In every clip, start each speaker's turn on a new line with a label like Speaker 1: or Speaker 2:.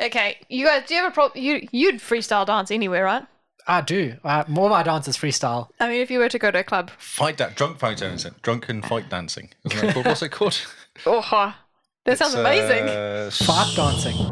Speaker 1: Okay, you guys, do you have a problem? You you'd freestyle dance anywhere, right?
Speaker 2: I do. Uh, more of my dance is freestyle.
Speaker 1: I mean, if you were to go to a club,
Speaker 3: Fight that drunk fight dancing, drunken fight dancing. Isn't that called? What's it called?
Speaker 1: oh, huh. that sounds
Speaker 3: It's,
Speaker 1: amazing.
Speaker 3: uh, s-
Speaker 2: Fart dancing.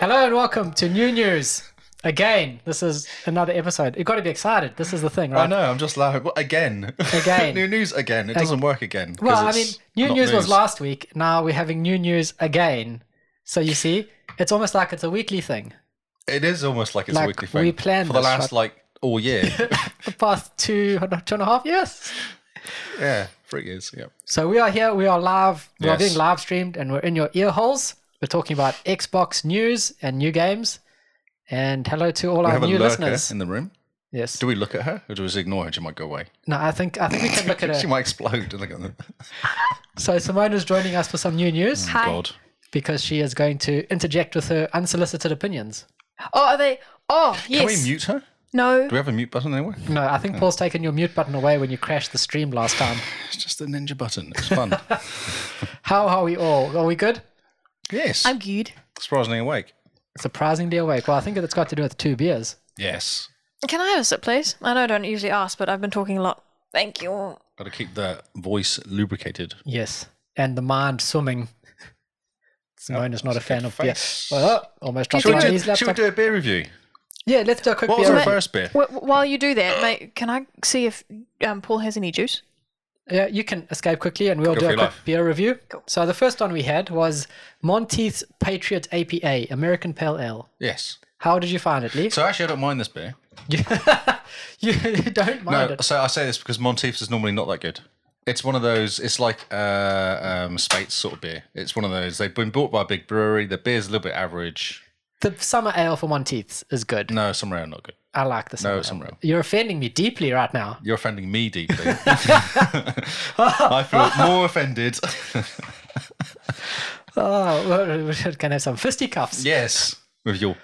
Speaker 2: Hello and welcome to New News. Again, this is another episode. You've got to be excited. This is the thing, right?
Speaker 3: I know. I'm just laughing. What, again?
Speaker 2: Again.
Speaker 3: new news again. It doesn't work again. 'cause
Speaker 2: Well, I
Speaker 3: it's
Speaker 2: mean, new
Speaker 3: not
Speaker 2: news was
Speaker 3: news.
Speaker 2: last week. Now we're having new news again. So you see, it's almost like it's a weekly thing.
Speaker 3: It is almost like it's
Speaker 2: Like,
Speaker 3: a weekly thing.
Speaker 2: we planned
Speaker 3: for the
Speaker 2: this,
Speaker 3: last
Speaker 2: right?
Speaker 3: like all year.
Speaker 2: The past two, two and a half years.
Speaker 3: yeah, three years. Yeah.
Speaker 2: So we are here. We are live. We are
Speaker 3: Yes.
Speaker 2: being live streamed, and we're in your ear holes. We're talking about Xbox news and new games. And hello to all
Speaker 3: We
Speaker 2: our
Speaker 3: have a
Speaker 2: new
Speaker 3: lurker
Speaker 2: listeners.
Speaker 3: in the room.
Speaker 2: yes.
Speaker 3: Do we look at her or do we just ignore her? She might go away.
Speaker 2: no, I think I think we can look at
Speaker 3: She
Speaker 2: it.
Speaker 3: might explode. Look at them.
Speaker 2: So Simone is joining us for some new news
Speaker 1: Hi.
Speaker 3: God.
Speaker 2: because she is going to interject with her unsolicited opinions.
Speaker 1: Oh, are they? Oh, yes.
Speaker 3: Can we mute her?
Speaker 1: No.
Speaker 3: Do we have a mute button anywhere?
Speaker 2: No, I
Speaker 3: Hmm.
Speaker 2: think Paul's taken your mute button away when you crashed the stream last time.
Speaker 3: It's just a ninja button. It's fun.
Speaker 2: How are we all? Are we good?
Speaker 3: yes.
Speaker 1: I'm good.
Speaker 3: Surprisingly awake.
Speaker 2: Surprisingly awake. Well, I think it's got to do with two beers.
Speaker 3: Yes.
Speaker 1: Can I have a sip, please? I know I don't usually ask, but I've been talking a lot. Thank you.
Speaker 3: Got to keep the voice lubricated.
Speaker 2: Yes, and the mind swimming. Simone is not a fan of beer.
Speaker 3: face.
Speaker 2: Well, oh, almost dropped
Speaker 3: Should
Speaker 2: my
Speaker 3: we, do,
Speaker 2: knees.
Speaker 3: should we
Speaker 2: laptop.
Speaker 3: do a beer review?
Speaker 2: Yeah, let's do a quick
Speaker 3: What was
Speaker 2: beer.
Speaker 3: our
Speaker 1: Mate.
Speaker 3: first beer?
Speaker 1: Wh- wh- while you do that, mate, can I see if um, Paul has any juice?
Speaker 2: Yeah, you can escape quickly, and we'll
Speaker 3: Go
Speaker 2: do
Speaker 3: for
Speaker 2: a
Speaker 3: your
Speaker 2: quick
Speaker 3: life.
Speaker 2: beer review. So the first one we had was Monteith's Patriot APA American Pale Ale.
Speaker 3: Yes.
Speaker 2: How did you find it, Lee?
Speaker 3: So actually, I don't mind this beer.
Speaker 2: you don't mind
Speaker 3: No,
Speaker 2: it.
Speaker 3: so I say this because Monteith's is normally not that good. It's one of those. It's like uh, um, Spates sort of beer. It's one of those. They've been bought by a big brewery. The beer's a little bit average.
Speaker 2: The summer ale for Monteith's is good.
Speaker 3: No, some ale not good.
Speaker 2: I like the summer.
Speaker 3: No,
Speaker 2: ale.
Speaker 3: some ale.
Speaker 2: You're offending me deeply right now.
Speaker 3: You're offending me deeply. I feel more offended.
Speaker 2: Oh, well, we should- can have some fisticuffs.
Speaker 3: yes, with your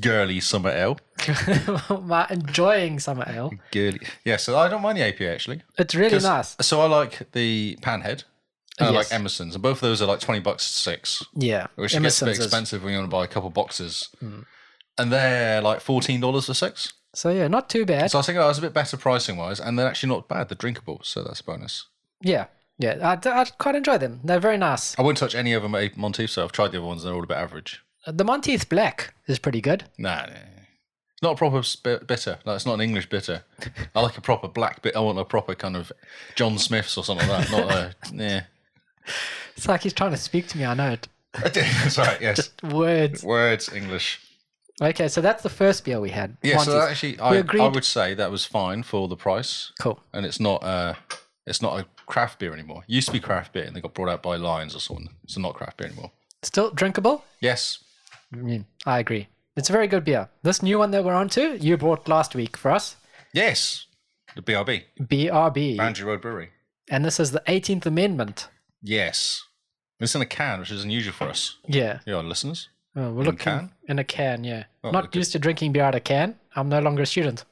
Speaker 3: girly summer ale.
Speaker 2: My enjoying summer ale.
Speaker 3: Girly. Yeah, so I don't mind the APA actually.
Speaker 2: It's really
Speaker 3: 'Cause-
Speaker 2: nice.
Speaker 3: So I like the Panhead. I
Speaker 2: Yes.
Speaker 3: like Emerson's, and both of those are like twenty bucks six.
Speaker 2: Yeah,
Speaker 3: which
Speaker 2: Emerson's
Speaker 3: gets a
Speaker 2: is- Hmm.
Speaker 3: bit expensive when you want to buy a couple boxes. And they're like fourteen dollars for six.
Speaker 2: So yeah, not too bad.
Speaker 3: So I was thinking that was a bit better pricing wise, and they're actually not bad. They're drinkable, so that's a bonus.
Speaker 2: yeah, yeah, I, I quite enjoy them. They're very nice.
Speaker 3: I wouldn't touch any of them at Monteith, so I've tried the other ones; they're all a bit average.
Speaker 2: The Monteith Black is pretty good.
Speaker 3: Nah, nah, nah. it's not a proper sp- bitter. Like it's not an English bitter. I like a proper black bit. I want a proper kind of John Smiths or something like that. Not a yeah.
Speaker 2: It's like he's trying to speak to me. I know it.
Speaker 3: That's right. Yes,
Speaker 2: Words.
Speaker 3: words English.
Speaker 2: Okay, so that's the first beer we had.
Speaker 3: Yeah, so
Speaker 2: Monteith.
Speaker 3: that actually, I,
Speaker 2: we
Speaker 3: I
Speaker 2: agreed.
Speaker 3: would say that was fine for the price.
Speaker 2: Cool.
Speaker 3: and it's not a it's not a craft beer anymore. It used to be craft beer, and they got brought out by Lions or someone. So not craft beer anymore.
Speaker 2: Still drinkable.
Speaker 3: Yes,
Speaker 2: I mean, I agree. It's a very good beer. This new one that we're on to, you brought last week for us,
Speaker 3: yes, the BRB
Speaker 2: BRB,
Speaker 3: Boundary Road Brewery.
Speaker 2: and this is the 18th Amendment.
Speaker 3: Yes, it's in a can, which is unusual for us.
Speaker 2: Yeah,
Speaker 3: You know, listeners.
Speaker 2: oh, we're
Speaker 3: a
Speaker 2: looking
Speaker 3: can?
Speaker 2: in a can. Yeah,
Speaker 3: Oh,
Speaker 2: not
Speaker 3: okay.
Speaker 2: used to drinking beer out of a can. I'm no longer a student.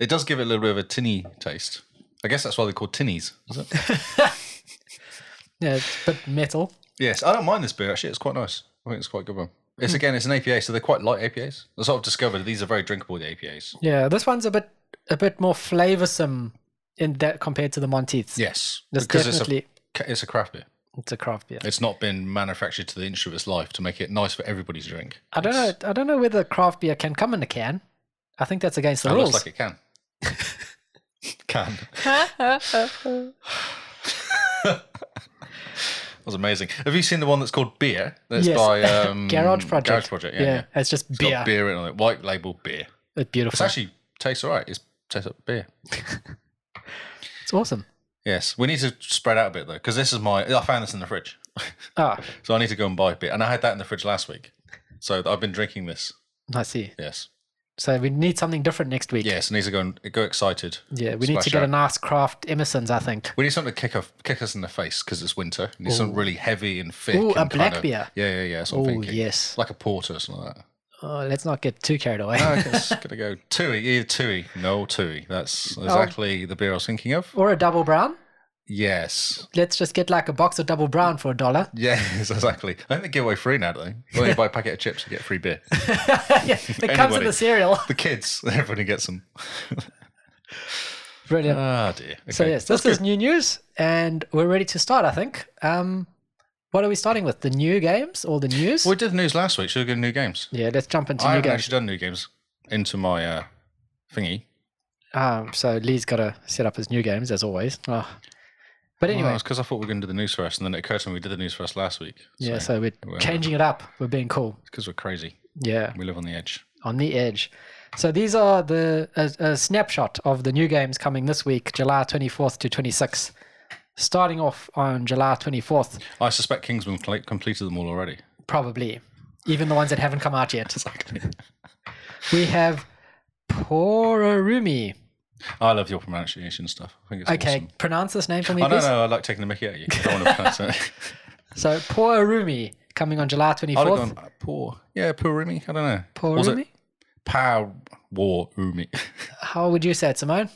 Speaker 3: It does give it a little bit of a tinny taste. I guess that's why they're called tinnies. Is it?
Speaker 2: Yeah, it's a bit metal.
Speaker 3: yes, I don't mind this beer actually. It's quite nice. I think it's quite a good one.
Speaker 2: Hmm.
Speaker 3: It's again, it's an APA, so they're quite light APAs. I sort of discovered these are very drinkable. The APAs.
Speaker 2: Yeah, this one's a bit a bit more flavoursome in that compared to the Monteiths.
Speaker 3: Yes,
Speaker 2: That's definitely-
Speaker 3: it's a it's a craft beer.
Speaker 2: it's a craft beer.
Speaker 3: It's not been manufactured to the inch of its life to make it nice for everybody's drink.
Speaker 2: I don't know. I don't know whether craft beer can come in a can. I think that's against the
Speaker 3: It
Speaker 2: rules.
Speaker 3: looks like it can. can. That was amazing. Have you seen the one that's called Beer? That's
Speaker 2: Yes.
Speaker 3: by um,
Speaker 2: Garage project.
Speaker 3: Garage Project, yeah. yeah.
Speaker 2: it's just
Speaker 3: It's
Speaker 2: beer.
Speaker 3: got beer in it. White label beer.
Speaker 2: It's beautiful. It's,
Speaker 3: It's actually tastes all right. It's tastes like beer.
Speaker 2: awesome.
Speaker 3: Yes. We need to spread out a bit though, because this is my. I found this in the fridge.
Speaker 2: Ah,
Speaker 3: So I need to go and buy a beer. And I had that in the fridge last week. So I've been drinking this.
Speaker 2: I see.
Speaker 3: Yes.
Speaker 2: So we need something different next week.
Speaker 3: Yes. I need to go and go excited.
Speaker 2: Yeah, we need to
Speaker 3: Splash
Speaker 2: get
Speaker 3: out.
Speaker 2: a nice craft Emerson's. I think.
Speaker 3: We need something to kick off, kick us in the face because it's winter. We need something really heavy and thick.
Speaker 2: Ooh, a
Speaker 3: and
Speaker 2: black
Speaker 3: kinda-
Speaker 2: beer.
Speaker 3: Yeah, yeah, yeah. That's what I'm
Speaker 2: Oh
Speaker 3: thinking.
Speaker 2: yes.
Speaker 3: Like a porter or something like that.
Speaker 2: Oh, let's not get too carried away.
Speaker 3: I guess gonna go Tui, either Tui. No Tui. That's
Speaker 2: Oh.
Speaker 3: exactly the beer I was thinking of.
Speaker 2: or a double brown.
Speaker 3: Yes.
Speaker 2: Let's just get like a box of double brown for a dollar.
Speaker 3: Yes, exactly. I think they give away free now, don't they? Well, you buy a packet of chips, you get free beer.
Speaker 2: yeah, it comes in
Speaker 3: Anybody.
Speaker 2: the cereal.
Speaker 3: The kids, everybody gets them.
Speaker 2: Brilliant.
Speaker 3: Ah, dear. Okay.
Speaker 2: So yes, this is new news, and we're ready to start. I think. Um, what are we starting with? The new games or the news?
Speaker 3: We did the news last week. Should we go to new games?
Speaker 2: yeah, let's jump into
Speaker 3: I
Speaker 2: new
Speaker 3: haven't
Speaker 2: games.
Speaker 3: actually done new games into my uh, thingy.
Speaker 2: Um, so Lee's got to set up his new games as always. Oh. But anyway,
Speaker 3: Well, it's because Oh, I thought we were going to do the news first, and then it occurred to me we did the news first last week.
Speaker 2: yeah.
Speaker 3: so
Speaker 2: So we're
Speaker 3: well-
Speaker 2: changing it up. We're being cool.
Speaker 3: because we're crazy,
Speaker 2: Yeah,
Speaker 3: we live on the edge.
Speaker 2: on the edge. So these are the a, a snapshot of the new games coming this week, July twenty fourth to twenty sixth. Starting off on July twenty fourth,
Speaker 3: I suspect Kingsman cl- completed them all already.
Speaker 2: probably, even the ones that haven't come out yet.
Speaker 3: Exactly.
Speaker 2: We have Pororumi.
Speaker 3: I love your pronunciation stuff. I think it's
Speaker 2: Okay,
Speaker 3: awesome. Oh,
Speaker 2: pronounce this name for me,
Speaker 3: I
Speaker 2: please.
Speaker 3: don't know. I like taking the mickey out of you. I don't want to pronounce it.
Speaker 2: So, Pororumi coming on July
Speaker 3: I'd have
Speaker 2: 24th.
Speaker 3: gone uh, poor. Yeah, poor Rumi. I don't know. Was it
Speaker 2: Pororumi?
Speaker 3: Pow War Rumi?
Speaker 2: How would you say it, Simone?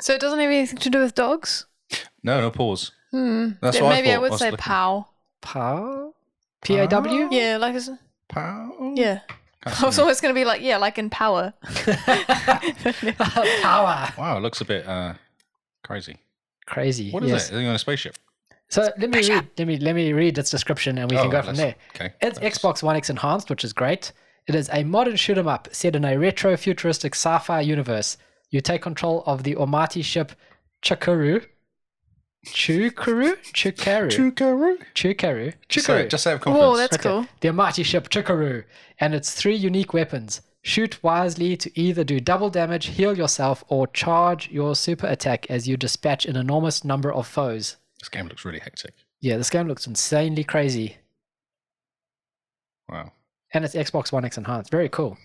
Speaker 1: So it doesn't have anything to do with dogs?
Speaker 3: no, no pause.
Speaker 1: Hmm.
Speaker 3: That's
Speaker 1: Yeah,
Speaker 3: what I
Speaker 1: maybe I,
Speaker 3: thought. I
Speaker 1: would
Speaker 3: was
Speaker 1: say
Speaker 3: looking-
Speaker 1: pow.
Speaker 2: Pow? P A W?
Speaker 1: Yeah, like it's,
Speaker 3: Pow.
Speaker 1: yeah.
Speaker 3: That's
Speaker 1: I was
Speaker 3: nice.
Speaker 1: always going to be like, yeah, like in power.
Speaker 2: Power.
Speaker 3: Wow, it looks a bit uh, crazy.
Speaker 2: Crazy.
Speaker 3: What is
Speaker 2: yes.
Speaker 3: it? Are they on a spaceship?
Speaker 2: So let me read. Let me let me read its description, and we
Speaker 3: Oh,
Speaker 2: can go from
Speaker 3: let's-
Speaker 2: there.
Speaker 3: okay,
Speaker 2: It's
Speaker 3: let's-
Speaker 2: Xbox One X enhanced, which is great. It is a modern shoot 'em up set in a retro futuristic sci-fi universe. You take control of the almighty ship Chukuru. Chukuru? Chukuru.
Speaker 3: Chukaru.
Speaker 2: Chukuru.
Speaker 3: Say it,
Speaker 2: Chukuru.
Speaker 3: Just say it with confidence.
Speaker 1: Whoa, that's cool.
Speaker 2: The almighty ship Chukuru and its three unique weapons. Shoot wisely to either do double damage, heal yourself, or charge your super attack as you dispatch an enormous number of foes.
Speaker 3: This game looks really hectic.
Speaker 2: Yeah, this game looks insanely crazy.
Speaker 3: Wow.
Speaker 2: and it's Xbox One X enhanced. Very cool.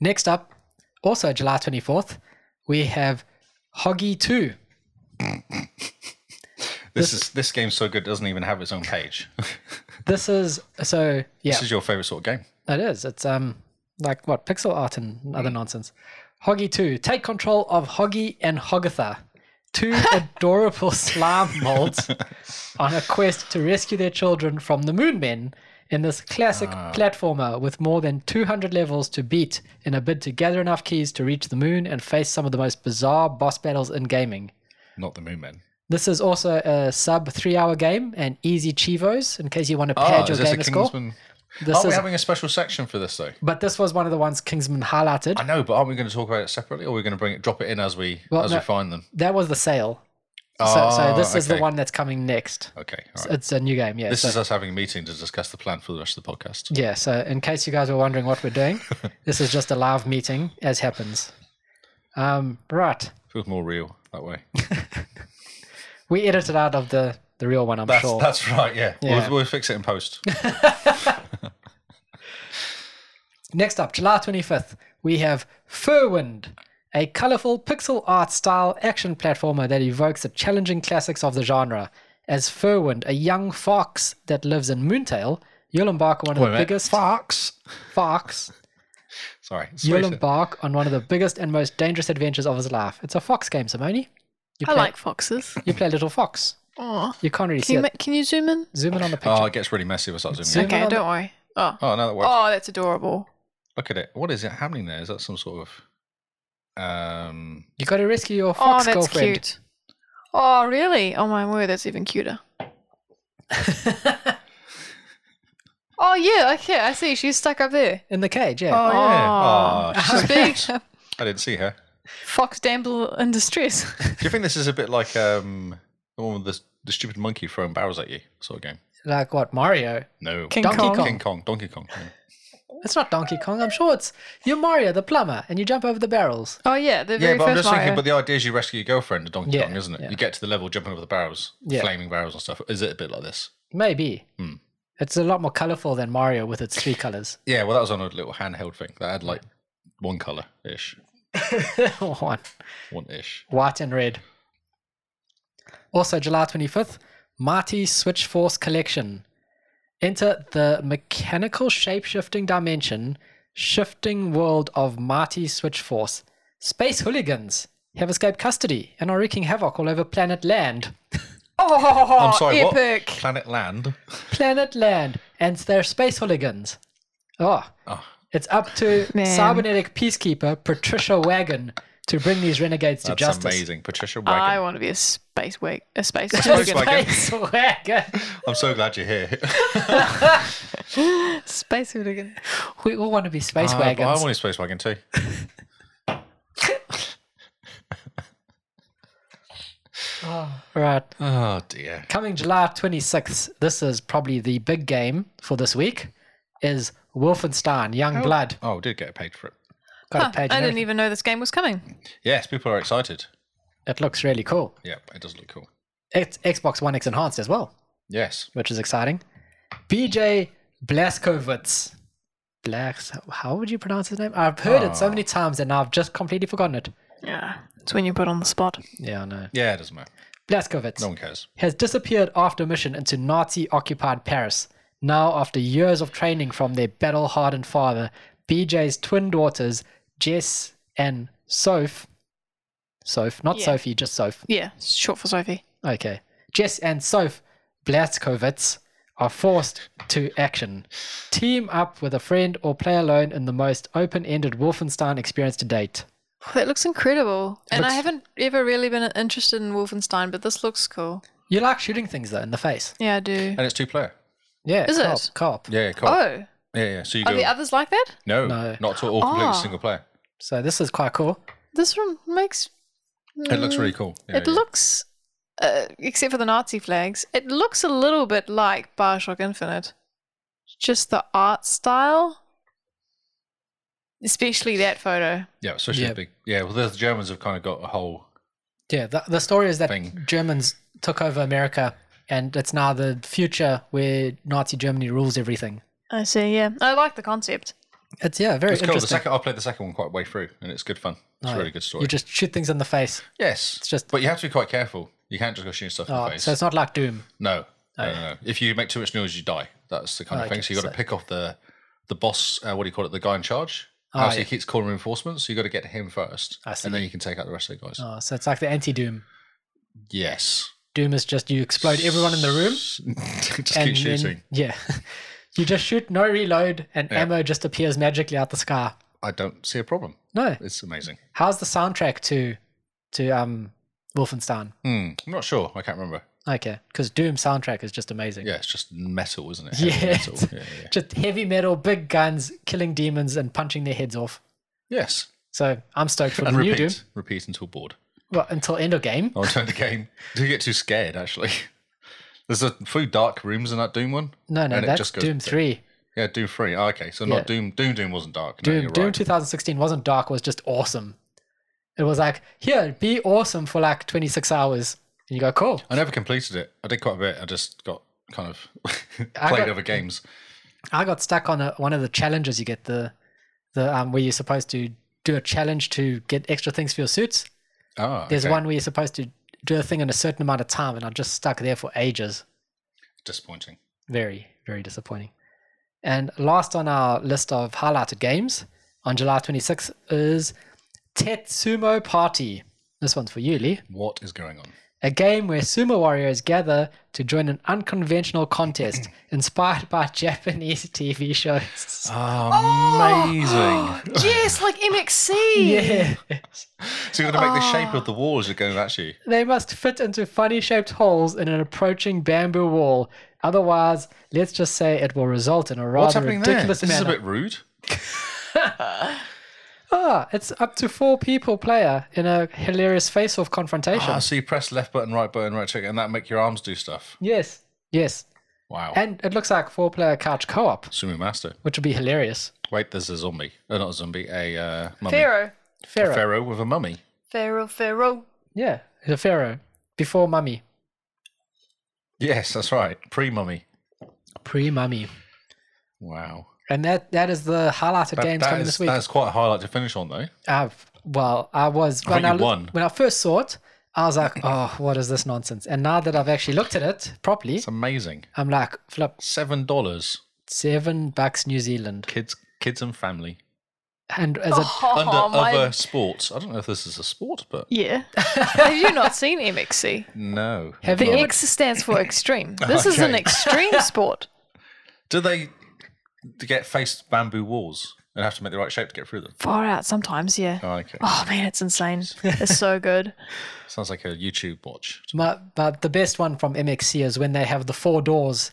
Speaker 2: Next up, also July 24th, we have Hoggy 2.
Speaker 3: This, is this game's so good it doesn't even have its own page.
Speaker 2: This is so yeah,
Speaker 3: This is your favorite sort of game.
Speaker 2: it is. It's um like what pixel art and
Speaker 3: Mm.
Speaker 2: other nonsense. Hoggy 2, take control of Hoggy and Hogatha, two adorable slime molds on a quest to rescue their children from the Moon Men in this classic
Speaker 3: Ah.
Speaker 2: platformer with more than 200 levels to beat in a bid to gather enough keys to reach the moon and face some of the most bizarre boss battles in gaming.
Speaker 3: Not the Moon Men.
Speaker 2: This is also a sub three hour game and easy chivos in case you want to
Speaker 3: Ah,
Speaker 2: pad
Speaker 3: is
Speaker 2: your
Speaker 3: this a
Speaker 2: gamer score.
Speaker 3: Kingsman?
Speaker 2: This
Speaker 3: Are we
Speaker 2: is,
Speaker 3: having a special section for this though?
Speaker 2: but this was one of the ones Kingsman highlighted.
Speaker 3: I know, but aren't we going to talk about it separately, or are we going to bring it, drop it in as we
Speaker 2: Well,
Speaker 3: as
Speaker 2: no.
Speaker 3: we find them?
Speaker 2: That was the sale. So, so
Speaker 3: Ah,
Speaker 2: this is the
Speaker 3: okay.
Speaker 2: one that's coming next.
Speaker 3: Okay, all
Speaker 2: It's-
Speaker 3: right.
Speaker 2: It's a new game, yeah.
Speaker 3: This
Speaker 2: so, Hmm.
Speaker 3: is us having a meeting to discuss the plan for the rest of the podcast.
Speaker 2: yeah, so in case you guys were wondering what we're doing, this is just a live meeting as happens. Um, right.
Speaker 3: feels more real that way.
Speaker 2: We edited out of the, the real one, I'm
Speaker 3: That's
Speaker 2: sure.
Speaker 3: that's right. Yeah,
Speaker 2: Yeah.
Speaker 3: We'll, we'll fix it in post.
Speaker 2: Next up, July 25th, we have Furwind, a colorful pixel art style action platformer that evokes the challenging classics of the genre. As Furwind, a young fox that lives in Moontail, you'll embark on one of
Speaker 3: Wait a
Speaker 2: the
Speaker 3: minute.
Speaker 2: biggest
Speaker 3: Fox.
Speaker 2: fox
Speaker 3: Sorry.
Speaker 2: You'll
Speaker 3: sorry.
Speaker 2: embark on one of the biggest and most dangerous adventures of his life. It's a fox game, Simone. You
Speaker 1: I
Speaker 2: play,
Speaker 1: like foxes.
Speaker 2: you play little fox.
Speaker 1: Oh.
Speaker 2: You can't really see
Speaker 1: Can you,
Speaker 2: it.
Speaker 1: ma- can you zoom in?
Speaker 2: Zoom in on the picture.
Speaker 3: Oh, it gets really messy if I start zooming. in.
Speaker 2: Zoom in
Speaker 1: Okay,
Speaker 2: on the-
Speaker 1: don't worry. Oh.
Speaker 3: Oh, no, that works.
Speaker 1: Oh, that's adorable.
Speaker 3: Look at it. What is it happening there? Is that some sort of um?
Speaker 2: you got to rescue your
Speaker 1: oh,
Speaker 2: fox
Speaker 1: that's
Speaker 2: girlfriend.
Speaker 1: cute. Oh, really? Oh my word, that's even cuter. oh yeah, okay, I see. She's stuck up there.
Speaker 2: in the cage, yeah.
Speaker 1: Oh,
Speaker 3: yeah.
Speaker 1: yeah.
Speaker 3: Oh,
Speaker 1: she's big.
Speaker 3: I didn't see her.
Speaker 1: Fox damsel in distress.
Speaker 3: Do you think this is a bit like um the one with the, the stupid monkey throwing barrels at you sort of game?
Speaker 2: Like what, Mario?
Speaker 3: No.
Speaker 1: King
Speaker 2: Donkey
Speaker 1: Kong.
Speaker 2: Kong.
Speaker 3: King Kong. Donkey Kong. yeah.
Speaker 2: It's not Donkey Kong. I'm sure it's you're Mario the plumber and you jump over the barrels.
Speaker 1: Oh yeah, the
Speaker 3: Yeah,
Speaker 1: very
Speaker 3: but I'm
Speaker 1: first
Speaker 3: just
Speaker 1: Mario.
Speaker 3: thinking. But the idea is you rescue your girlfriend, in Donkey
Speaker 2: Yeah,
Speaker 3: Kong, isn't it?
Speaker 2: yeah.
Speaker 3: You get to the level, jumping over the barrels,
Speaker 2: Yeah.
Speaker 3: flaming barrels and stuff. Is it a bit like this?
Speaker 2: Maybe.
Speaker 3: Hmm.
Speaker 2: It's a lot more colorful than Mario with its three colors.
Speaker 3: Yeah. Well, that was on a little handheld thing that had like one color ish,
Speaker 2: One.
Speaker 3: one ish.
Speaker 2: white and red. Also, July 25th, Marty Switch Force Collection. Enter the mechanical shape shifting dimension shifting world of Marty Switchforce, space hooligans have escaped custody and are wreaking havoc all over planet land.
Speaker 1: Oh,
Speaker 3: I'm sorry,
Speaker 1: epic.
Speaker 3: what? Planet Land.
Speaker 2: Planet land and their space hooligans. Oh,
Speaker 3: Oh,
Speaker 2: it's up to
Speaker 1: Man.
Speaker 2: cybernetic peacekeeper Patricia Wagon to bring these renegades to
Speaker 3: that's
Speaker 2: justice.
Speaker 3: amazing. Patricia
Speaker 1: I
Speaker 3: Wagon.
Speaker 1: want to be a space wig, a space
Speaker 2: Just
Speaker 1: hooligan.
Speaker 3: Wagon.
Speaker 2: Space Wagon.
Speaker 3: I'm so glad you're here.
Speaker 1: space hooligan.
Speaker 2: We all want to be space
Speaker 3: Uh, I, I
Speaker 2: wagons.
Speaker 3: want a space wagon too.
Speaker 2: Right.
Speaker 3: Oh dear.
Speaker 2: Coming July 26th, this is probably the big game for this week, is Wolfenstein Young Blood.
Speaker 3: Oh, we did get paid for it.
Speaker 2: Got
Speaker 1: Huh,
Speaker 2: a
Speaker 1: I
Speaker 2: page and
Speaker 1: didn't
Speaker 2: everything.
Speaker 1: even know this game was coming.
Speaker 3: Yes, people are excited.
Speaker 2: It looks really cool.
Speaker 3: Yeah, it does look cool.
Speaker 2: It's Xbox One X enhanced as well,
Speaker 3: Yes.
Speaker 2: which is exciting. BJ Blazkowicz. Blacks, how would you pronounce his name? I've heard it so many times and I've just completely forgotten it.
Speaker 1: Yeah, it's when you put on the spot.
Speaker 2: Yeah, I know.
Speaker 3: Yeah, it doesn't matter.
Speaker 2: Blazkowicz.
Speaker 3: No one cares.
Speaker 2: has disappeared after mission into Nazi occupied Paris. Now, after years of training from their battle hardened father, BJ's twin daughters, Jess and Soph, Soph, not
Speaker 1: Yeah.
Speaker 2: Sophie, just Soph.
Speaker 1: Yeah, it's short for Sophie.
Speaker 2: Okay. Jess and Soph Blaskovitz are forced to action. Team up with a friend or play alone in the most open ended Wolfenstein experience to date.
Speaker 1: Oh, That looks incredible. And I
Speaker 2: Looks-
Speaker 1: haven't ever really been interested in Wolfenstein, but this looks cool.
Speaker 2: You like shooting things, though, in the face.
Speaker 1: Yeah, I do.
Speaker 3: And it's two player.
Speaker 2: Yeah.
Speaker 1: Is
Speaker 2: cop,
Speaker 1: it?
Speaker 2: Cop.
Speaker 3: Yeah, cool.
Speaker 1: Oh,
Speaker 3: Yeah, yeah. So you
Speaker 1: are
Speaker 3: go.
Speaker 1: the others like that?
Speaker 3: no,
Speaker 2: No.
Speaker 3: not at all. Completely
Speaker 1: Ah.
Speaker 3: single player.
Speaker 2: So, this is quite cool.
Speaker 1: This one makes. Mm,
Speaker 3: It looks really cool. Yeah,
Speaker 1: it
Speaker 3: yeah.
Speaker 1: looks, uh, except for the Nazi flags, it looks a little bit like Bioshock Infinite. Just the art style, especially that photo.
Speaker 3: Yeah, especially
Speaker 2: Yeah.
Speaker 3: the big. Yeah, well, the Germans have kind of got a whole.
Speaker 2: Yeah, the, the story is that
Speaker 3: thing.
Speaker 2: Germans took over America, and it's now the future where Nazi Germany rules everything.
Speaker 1: I see. Yeah, I like the concept.
Speaker 2: It's yeah, very
Speaker 3: It's cool. The
Speaker 2: interesting.
Speaker 3: second I played the second one quite way through, and it's good fun. It's
Speaker 2: Oh,
Speaker 3: a really good story.
Speaker 2: You just shoot things in the face.
Speaker 3: yes,
Speaker 2: It's just
Speaker 3: but you have to be quite careful. You can't just go shooting stuff in
Speaker 2: oh,
Speaker 3: the face.
Speaker 2: so it's not like Doom.
Speaker 3: No, no, no, no. If you make too much noise, you die. That's the kind of
Speaker 2: Okay,
Speaker 3: thing. So you got to
Speaker 2: Oh. so-
Speaker 3: pick off the the boss. Uh, what do you call it? The guy in charge.
Speaker 2: Oh,
Speaker 3: Uh, so
Speaker 2: yeah.
Speaker 3: he keeps calling reinforcements. So you got to get him first,
Speaker 2: I see.
Speaker 3: and then you can take out the rest of the guys.
Speaker 2: Oh, so it's like the anti-Doom.
Speaker 3: Yes.
Speaker 2: Doom is just you explode everyone in the room
Speaker 3: just
Speaker 2: and
Speaker 3: keep
Speaker 2: then-
Speaker 3: shooting.
Speaker 2: yeah, you just shoot, no reload, and
Speaker 3: Yeah.
Speaker 2: ammo just appears magically out the sky.
Speaker 3: I don't see a problem.
Speaker 2: No,
Speaker 3: It's amazing.
Speaker 2: how's the soundtrack to to um Wolfenstein?
Speaker 3: Hmm. I'm not sure. I can't remember.
Speaker 2: Okay, because Doom soundtrack is just amazing.
Speaker 3: Yeah, it's just metal, isn't it?
Speaker 2: Yeah.
Speaker 3: Heavy metal. yeah, yeah, yeah.
Speaker 2: just heavy metal, big guns, killing demons and punching their heads off.
Speaker 3: Yes.
Speaker 2: So I'm stoked for the
Speaker 3: And
Speaker 2: new
Speaker 3: repeat.
Speaker 2: Doom.
Speaker 3: Repeat until bored.
Speaker 2: Well, until end of game.
Speaker 3: I'll turn the game. Do you get too scared, actually? There's a few dark rooms in that Doom one.
Speaker 2: No, no,
Speaker 3: And it
Speaker 2: that's
Speaker 3: just goes
Speaker 2: Doom
Speaker 3: bit.
Speaker 2: 3.
Speaker 3: Yeah, Doom 3. Oh, okay, so
Speaker 2: Yeah.
Speaker 3: not Doom. Doom Doom wasn't dark. No,
Speaker 2: Doom,
Speaker 3: you're
Speaker 2: Doom
Speaker 3: right.
Speaker 2: 2016 wasn't dark, was just awesome. It was like, here, be awesome for like 26 hours. And you go, cool.
Speaker 3: I never completed it. I did quite a bit. I just got kind of played
Speaker 2: I got-
Speaker 3: other games.
Speaker 2: I got stuck on a, one of the challenges you get, the, the um, where you're supposed to do a challenge to get extra things for your suits.
Speaker 3: Ah,
Speaker 2: There's
Speaker 3: okay.
Speaker 2: one where you're supposed to do a thing in a certain amount of time, and I'm just stuck there for ages.
Speaker 3: disappointing.
Speaker 2: very, very disappointing. And last on our list of highlighted games on July 26th is Tetsumo Party. This one's for you, Lee.
Speaker 3: What is going on?
Speaker 2: A game where sumo warriors gather to join an unconventional contest inspired by Japanese TV shows.
Speaker 3: Amazing!
Speaker 1: yes, like MXC.
Speaker 2: Yeah.
Speaker 3: so you're going to make the shape
Speaker 2: Ah.
Speaker 3: of the wall as you're going at you.
Speaker 2: They must fit into funny shaped holes in an approaching bamboo wall. Otherwise, let's just say it will result in a
Speaker 3: What's
Speaker 2: rather
Speaker 3: happening there?
Speaker 2: ridiculous
Speaker 3: This is a
Speaker 2: manner.
Speaker 3: bit rude.
Speaker 2: Ah, it's up to four people player in a hilarious face-off confrontation.
Speaker 3: Ah, so you press left button, right button, right trigger, and that make your arms do stuff.
Speaker 2: yes, yes,
Speaker 3: Wow.
Speaker 2: and it looks like four-player couch co-op,
Speaker 3: Sumo Master.
Speaker 2: which would be hilarious.
Speaker 3: Wait, there's a zombie. Oh, not a zombie, a uh, mummy.
Speaker 1: Pharaoh.
Speaker 2: Pharaoh,
Speaker 3: Pharaoh with a mummy.
Speaker 1: Pharaoh, Pharaoh.
Speaker 2: yeah, the Pharaoh before mummy,
Speaker 3: Yes, that's right. Pre mummy.
Speaker 2: pre-mummy,
Speaker 3: Wow.
Speaker 2: and that that is the highlighted
Speaker 3: That-
Speaker 2: games
Speaker 3: that
Speaker 2: coming
Speaker 3: is-
Speaker 2: this week.
Speaker 3: That is quite a highlight to finish on, though.
Speaker 2: Uh, well, I was when
Speaker 3: thought
Speaker 2: I
Speaker 3: you
Speaker 2: loo-
Speaker 3: won.
Speaker 2: when I first saw it, I was like, oh, what is this nonsense? And now that I've actually looked at it properly,
Speaker 3: It's amazing.
Speaker 2: I'm like, flip,
Speaker 3: Seven dollars.
Speaker 2: seven bucks New Zealand.
Speaker 3: Kids kids and family.
Speaker 2: And as a
Speaker 1: Oh,
Speaker 3: Under
Speaker 1: my-
Speaker 3: other sports. I don't know if this is a sport, but
Speaker 1: Yeah. Have you not seen MXC?
Speaker 3: no.
Speaker 2: Have
Speaker 1: The
Speaker 2: you-
Speaker 1: X stands for extreme. This is an
Speaker 3: Okay.
Speaker 1: extreme sport.
Speaker 3: Do they to get faced bamboo walls and have to make the right shape to get through them?
Speaker 1: Far out sometimes, yeah.
Speaker 3: Oh, okay.
Speaker 1: Oh man, it's insane. It's so good.
Speaker 3: Sounds like a YouTube watch.
Speaker 2: But, but the best one from MXC is when they have the four doors,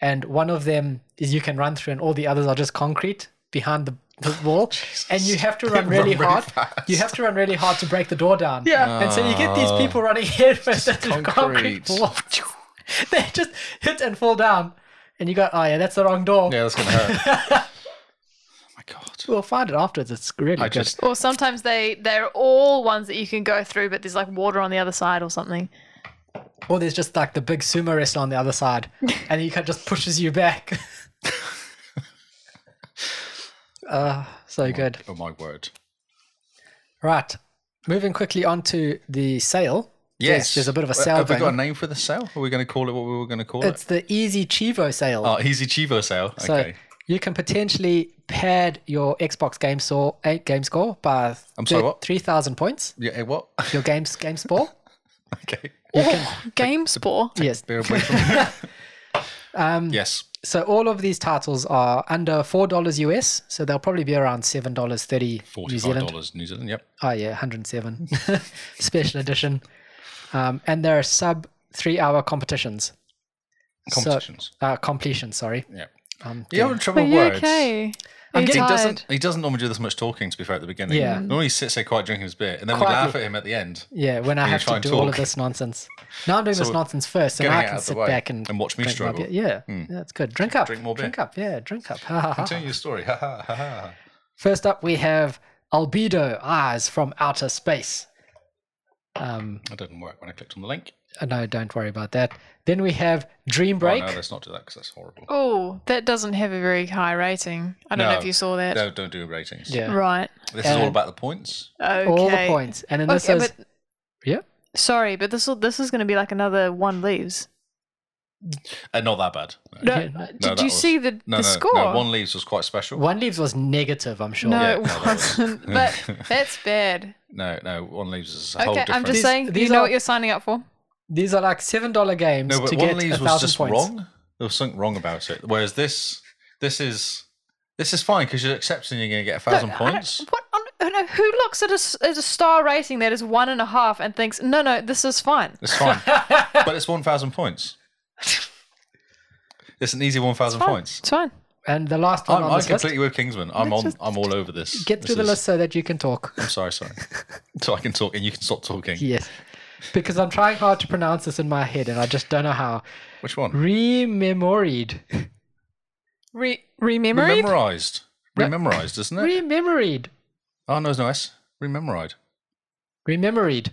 Speaker 2: and one of them is you can run through, and all the others are just concrete behind the, the wall, and you have to run really
Speaker 3: really
Speaker 2: hard.
Speaker 3: fast.
Speaker 2: you have to run really hard to break the door down.
Speaker 1: Yeah.
Speaker 2: And so you get these people running headfirst into the concrete
Speaker 3: concrete.
Speaker 2: wall. they just hit and fall down, and you go, oh yeah, that's the wrong door.
Speaker 3: Yeah, that's gonna hurt. oh my god.
Speaker 2: We'll find it afterwards. It's really
Speaker 3: I
Speaker 2: good.
Speaker 3: just
Speaker 1: Or sometimes they they're all ones that you can go through, but there's like water on the other side or something.
Speaker 2: Or Oh, there's just like the big sumo wrestler on the other side, and he kind of just pushes you back. uh, so good.
Speaker 3: Oh my word.
Speaker 2: Right. Moving quickly on to the sale. There's, there's a bit of a
Speaker 3: Well,
Speaker 2: sale
Speaker 3: Uh, Have we
Speaker 2: going
Speaker 3: got a
Speaker 2: on.
Speaker 3: name for the sale? Are we going to call it what we were going to call
Speaker 2: It's
Speaker 3: it?
Speaker 2: the Easy Chivo sale.
Speaker 3: Oh, Easy Chivo sale.
Speaker 2: so
Speaker 3: okay.
Speaker 2: you can potentially pad your Xbox game, so, eh, game score by
Speaker 3: I'm sorry, what?
Speaker 2: 3,000 points,
Speaker 3: Yeah. eh, What?
Speaker 2: your games, game score.
Speaker 3: okay.
Speaker 1: Oh, game sport.
Speaker 2: yes.
Speaker 3: Bear away from um, yes.
Speaker 2: So all of these titles are under four dollars US, so they'll probably be around seven dollars thirty New
Speaker 3: Forty-five
Speaker 2: Zealand.
Speaker 3: dollars New Zealand. Yep.
Speaker 2: Oh yeah, hundred and seven special edition, um, and there are sub three hour competitions. So-
Speaker 3: Competitions.
Speaker 2: uh, completion, sorry.
Speaker 3: yeah.
Speaker 2: Um,
Speaker 3: You're having trouble
Speaker 1: Are
Speaker 3: with
Speaker 1: you
Speaker 3: words.
Speaker 1: okay? Are you
Speaker 2: I'm
Speaker 3: He
Speaker 2: getting-
Speaker 1: tired?
Speaker 3: doesn't. He doesn't normally do this much talking. To be fair, at the beginning.
Speaker 2: Yeah. Mm.
Speaker 3: Normally he sits there quiet drinking his beer, and then we
Speaker 2: Quietly.
Speaker 3: laugh at him at the end.
Speaker 2: yeah, when I
Speaker 3: you
Speaker 2: have
Speaker 3: try
Speaker 2: to
Speaker 3: and
Speaker 2: do all of
Speaker 3: talk.
Speaker 2: this nonsense. Now I'm doing this
Speaker 3: So
Speaker 2: nonsense first, and
Speaker 3: getting
Speaker 2: I
Speaker 3: it out
Speaker 2: can
Speaker 3: of the
Speaker 2: sit
Speaker 3: way
Speaker 2: back and
Speaker 3: and watch me
Speaker 2: drink my
Speaker 3: struggle. Hmm.
Speaker 2: beer. Yeah, yeah, it's good. Drink up.
Speaker 3: Drink more beer.
Speaker 2: Drink up. Yeah, drink up. Ha, ha, ha.
Speaker 3: Continue your story. Ha ha ha ha.
Speaker 2: First up, we have Albedo Eyes from Outer Space. Um,
Speaker 3: That didn't work when I clicked on the link.
Speaker 2: Uh, No, don't worry about that. Then we have Dream
Speaker 3: Oh,
Speaker 2: Break.
Speaker 3: no, let's not do that because that's horrible.
Speaker 1: Oh, that doesn't have a very high rating. I don't know
Speaker 3: No.
Speaker 1: if you saw that.
Speaker 3: No, don't do ratings.
Speaker 2: yeah, Um,
Speaker 1: Right.
Speaker 3: This is all
Speaker 2: And-
Speaker 3: about the points.
Speaker 1: Okay.
Speaker 2: all the points. And then this
Speaker 1: Okay,
Speaker 2: is
Speaker 1: but
Speaker 2: yeah.
Speaker 1: sorry, but this will, this is going to be like another one leaves.
Speaker 3: Uh, not that bad.
Speaker 1: No,
Speaker 2: Yeah, no.
Speaker 1: did
Speaker 3: No, that
Speaker 1: you
Speaker 3: was-
Speaker 1: see the,
Speaker 3: No,
Speaker 1: the
Speaker 3: no,
Speaker 1: score?
Speaker 3: no. One leaves was quite special.
Speaker 2: One Leaves was negative. I'm sure.
Speaker 1: No,
Speaker 3: Yeah, no,
Speaker 1: it
Speaker 3: that was-
Speaker 1: wasn't. but that's bad.
Speaker 3: No, no, One Leaves is a whole
Speaker 1: Okay,
Speaker 3: different.
Speaker 1: I'm just
Speaker 2: These-
Speaker 1: saying.
Speaker 2: these
Speaker 1: you know
Speaker 2: are-
Speaker 1: what you're signing up for.
Speaker 2: These are like seven dollar games
Speaker 3: no, but
Speaker 2: to
Speaker 3: One
Speaker 2: get a
Speaker 3: Leaves was
Speaker 2: thousand
Speaker 3: just
Speaker 2: points.
Speaker 3: wrong. There was something wrong about it. Whereas this, this is, this is fine because you're accepting you're going to get a thousand
Speaker 1: I don't-
Speaker 3: points.
Speaker 1: What on, I don't know, who looks at a, s- at a star rating that is one and a half and thinks, no, no, this is fine?
Speaker 3: It's fine, but it's one thousand points. It's an easy one thousand
Speaker 1: Fine,
Speaker 3: points.
Speaker 1: It's fine.
Speaker 2: And the last one
Speaker 3: I'm,
Speaker 2: on
Speaker 3: I'm
Speaker 2: this list.
Speaker 3: completely with Kingsman. I'm
Speaker 2: Let's
Speaker 3: on.
Speaker 2: just
Speaker 3: I'm all over this.
Speaker 2: Get through
Speaker 3: This
Speaker 2: the
Speaker 3: is-
Speaker 2: list so that you can talk.
Speaker 3: I'm sorry, sorry. so I can talk and you can stop talking.
Speaker 2: yes, because I'm trying hard to pronounce this in my head, and I just don't know how.
Speaker 3: Which one?
Speaker 2: Rememoried.
Speaker 1: Re- rememoried?
Speaker 3: Rememorized. Rememorized, isn't it?
Speaker 2: Rememoried.
Speaker 3: Oh no, there's no S. Rememorized.
Speaker 2: Rememoried.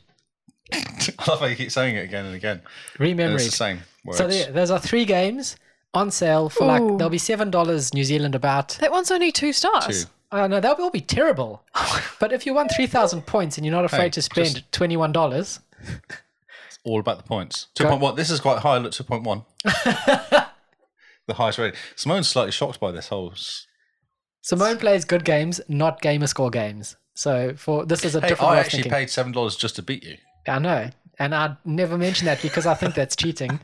Speaker 3: I love how you keep saying it again and again. And it's the
Speaker 2: Rememoried.
Speaker 3: same words.
Speaker 2: So there, those are three games on sale for like
Speaker 1: Ooh.
Speaker 2: they'll be seven dollars New Zealand about.
Speaker 1: That one's only two stars.
Speaker 3: Two.
Speaker 2: Oh no, that will be terrible. but if you won three thousand points and you're not afraid
Speaker 3: Hey,
Speaker 2: to spend
Speaker 3: just-
Speaker 2: twenty one dollars,
Speaker 3: all about the points. Two point one. This is quite high. Look, two point one. the highest rating. Simone's slightly shocked by this whole. s-
Speaker 2: Simone plays good games, not gamer score games. So for this is a
Speaker 3: Hey,
Speaker 2: different
Speaker 3: I
Speaker 2: way of
Speaker 3: actually
Speaker 2: thinking.
Speaker 3: paid seven dollars just to beat you.
Speaker 2: I know, and I'd never mention that because I think that's cheating.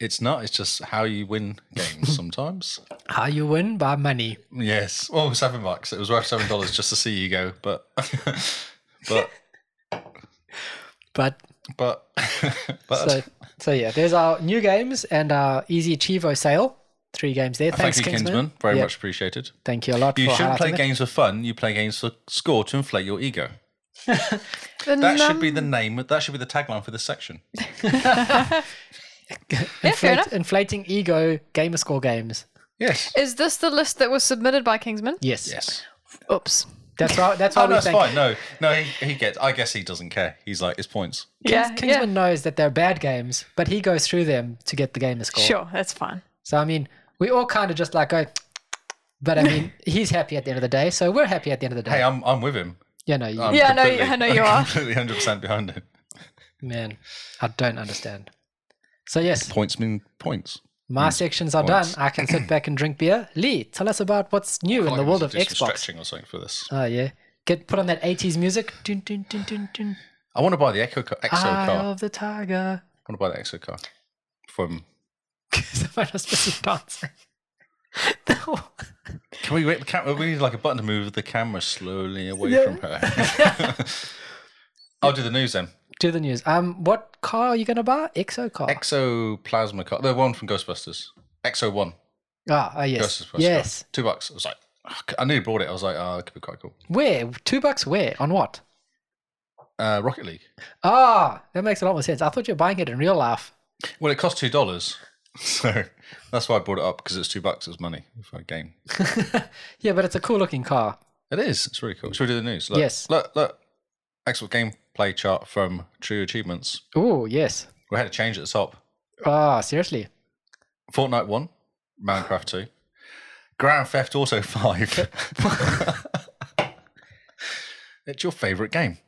Speaker 3: It's not. It's just how you win games sometimes.
Speaker 2: How you win by money.
Speaker 3: yes. Well, it was seven bucks. It was worth seven dollars just to see you go. But, but,
Speaker 2: But
Speaker 3: but, but.
Speaker 2: so so yeah, there's our new games and our Easy Chivo sale. Three games there. Thanks,
Speaker 3: Thank you, Kinsman. Very much appreciated.
Speaker 2: Thank you a lot
Speaker 3: You
Speaker 2: for
Speaker 3: shouldn't play
Speaker 2: highlighting that.
Speaker 3: games for fun. You play games for score to inflate your ego.
Speaker 1: The
Speaker 3: That should
Speaker 1: num-
Speaker 3: be the name. That should be the tagline for this section.
Speaker 1: Yeah, fair
Speaker 2: Inflate-
Speaker 1: enough.
Speaker 2: inflating ego gamer score games.
Speaker 3: Yes.
Speaker 1: Is this the list that was submitted by Kingsman?
Speaker 2: Yes.
Speaker 3: Yes.
Speaker 1: Oops.
Speaker 2: That's why that's why
Speaker 3: Oh,
Speaker 2: we
Speaker 3: no, it's
Speaker 2: thank
Speaker 3: fine. No, no, he, he gets. I guess he doesn't care. He's like, it's points.
Speaker 1: yeah,
Speaker 2: Kings-
Speaker 1: yeah.
Speaker 2: Kingsman knows that they're bad games, but he goes through them to get the gamer score.
Speaker 1: Sure, that's fine.
Speaker 2: So I mean, we all kind of just like go, but I mean, he's happy at the end of the day, so we're happy at the end of the day.
Speaker 3: Hey, um, I'm, I'm with him.
Speaker 2: yeah, no, you,
Speaker 3: I'm
Speaker 1: Yeah, I know-
Speaker 3: completely-
Speaker 1: I know
Speaker 3: I'm
Speaker 1: you are.
Speaker 3: Completely 100 percent behind him.
Speaker 2: man, I don't understand. So yes,
Speaker 3: Points mean points.
Speaker 2: My sections are
Speaker 3: Once.
Speaker 2: done. I can sit back and drink beer. Lee, tell us about what's new in the
Speaker 3: Like,
Speaker 2: world
Speaker 3: we
Speaker 2: of
Speaker 3: should do
Speaker 2: Xbox.
Speaker 3: some Stretching or something for this.
Speaker 2: Oh yeah. Get put on that 80s music. Dun, dun, dun, dun, dun.
Speaker 3: I want to buy the Echo car, Exo
Speaker 2: Eye
Speaker 3: car.
Speaker 2: of the tiger.
Speaker 3: I want to buy the Exo car from.
Speaker 2: Someone was busy dancing. No.
Speaker 3: Can we wait? Can, we need like a button to move the camera slowly away
Speaker 2: Yeah.
Speaker 3: from her. I'll do the news then.
Speaker 2: Do the news. Um, what car are you gonna buy? Exo car.
Speaker 3: Exoplasma car, the one from Ghostbusters. Exo one.
Speaker 2: ah, ah, yes.
Speaker 3: Ghostbusters. car.
Speaker 2: Yes.
Speaker 3: Two bucks. I was like, ah, I nearly bought it. I was like, ah, that could be quite cool.
Speaker 2: Where? Two bucks. Where? On what?
Speaker 3: Uh, Rocket League.
Speaker 2: Ah, that makes a lot more sense. I thought you were buying it in real life.
Speaker 3: Well, it cost two dollars, so that's why I brought it up because it's two bucks. It's money if I game.
Speaker 2: Yeah, but it's a cool looking car.
Speaker 3: It is. It's really cool. Should we do the news? Look,
Speaker 2: Yes.
Speaker 3: Look, look. Excellent gameplay chart from True Achievements.
Speaker 2: Oh yes.
Speaker 3: We had a change at the top.
Speaker 2: Ah, seriously.
Speaker 3: Fortnite 1, Minecraft 2, Grand Theft Auto 5. it's your favorite game.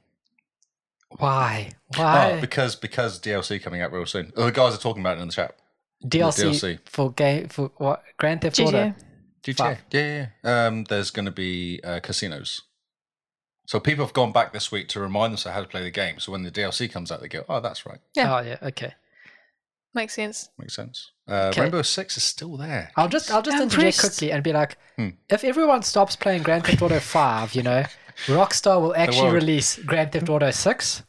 Speaker 2: Why?
Speaker 3: Ah,
Speaker 2: Why?
Speaker 3: because because DLC coming out real soon. Oh, The guys are talking about it in the chat.
Speaker 2: DLC,
Speaker 3: DLC.
Speaker 2: for game for what? Grand Theft Auto.
Speaker 1: GTA.
Speaker 3: GTA.
Speaker 2: Fuck.
Speaker 3: Yeah, yeah, yeah. Um, there's going to be uh, casinos. So people have gone back this week to remind themselves how to play the game. So when the DLC comes out, they go, oh, that's right.
Speaker 1: Yeah.
Speaker 2: Oh yeah. Okay.
Speaker 1: Makes sense.
Speaker 3: Makes sense. Uh,
Speaker 2: Okay.
Speaker 3: Rainbow Six is still there.
Speaker 2: I'll just I'll just
Speaker 1: I'm
Speaker 2: interject
Speaker 1: pressed.
Speaker 2: quickly and be like,
Speaker 3: Hmm.
Speaker 2: if everyone stops playing Grand Theft Auto Five, you know, Rockstar will actually
Speaker 3: won't.
Speaker 2: release Grand Theft Auto Six.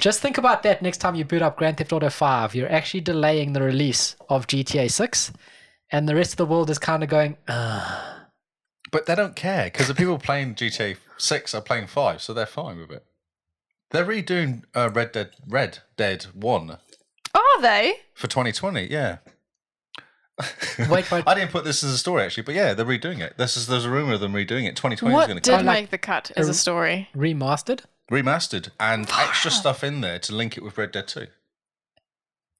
Speaker 2: Just think about that next time you boot up Grand Theft Auto Five. You're actually delaying the release of GTA Six, and the rest of the world is kind of going. Ugh.
Speaker 3: But they don't care because the people playing GTA 6 are playing 5, so they're fine with it. They're redoing uh, Red Dead Red Dead 1
Speaker 1: Are they?
Speaker 3: for 2020, yeah.
Speaker 2: Wait, wait.
Speaker 3: I didn't put this as a story actually, but yeah, they're redoing it. This is there's a rumor of them redoing it. 2020 is
Speaker 1: what
Speaker 3: going
Speaker 1: did
Speaker 3: to come
Speaker 2: like-
Speaker 1: make the cut
Speaker 2: Oh.
Speaker 1: as a story?
Speaker 2: Remastered,
Speaker 3: remastered and extra stuff in there to link it with Red Dead 2.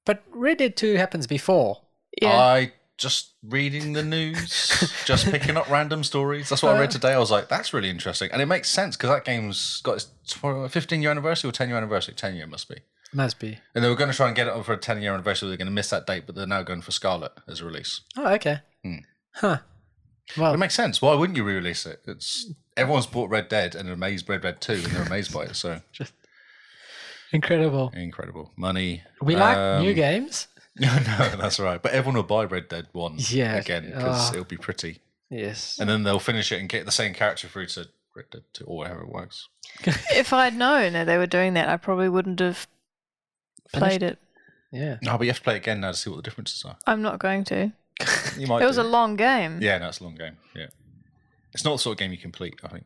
Speaker 2: but Red Dead Two happens before.
Speaker 1: Yeah.
Speaker 3: I just reading the news, just picking up random stories. That's what I read
Speaker 2: Uh.
Speaker 3: today. I was like, that's really interesting, and it makes sense because that game's got its 12 15 year anniversary or 10 year anniversary. 10 year must be.
Speaker 2: Must be.
Speaker 3: And they were going to try and get it on for a 10 year anniversary. They're going to miss that date, but they're now going for Scarlet as a release.
Speaker 2: Oh, okay.
Speaker 3: Hmm.
Speaker 2: Huh.
Speaker 3: It
Speaker 2: Well,
Speaker 3: makes sense. Why wouldn't you re-release it? It's everyone's bought Red Dead and amazed Red Dead 2 and they're amazed by it. So
Speaker 2: incredible.
Speaker 3: incredible money.
Speaker 2: We like new
Speaker 3: Um,
Speaker 2: games.
Speaker 3: No, no, that's right. But everyone will buy Red Dead 1
Speaker 2: Yeah.
Speaker 3: again because
Speaker 2: Ah.
Speaker 3: it'll be pretty.
Speaker 2: Yes.
Speaker 3: And then they'll finish it and get the same character through to Red Dead 2 or whatever it works.
Speaker 1: if I'd known that they were doing that, I probably wouldn't have played it.
Speaker 2: Yeah.
Speaker 3: No, but you have to play it again now to see what the differences are.
Speaker 1: I'm not going to.
Speaker 3: You might
Speaker 1: It was a
Speaker 3: do.
Speaker 1: long game.
Speaker 3: Yeah, no, it's a long game. Yeah. It's not the sort of game you complete, I think.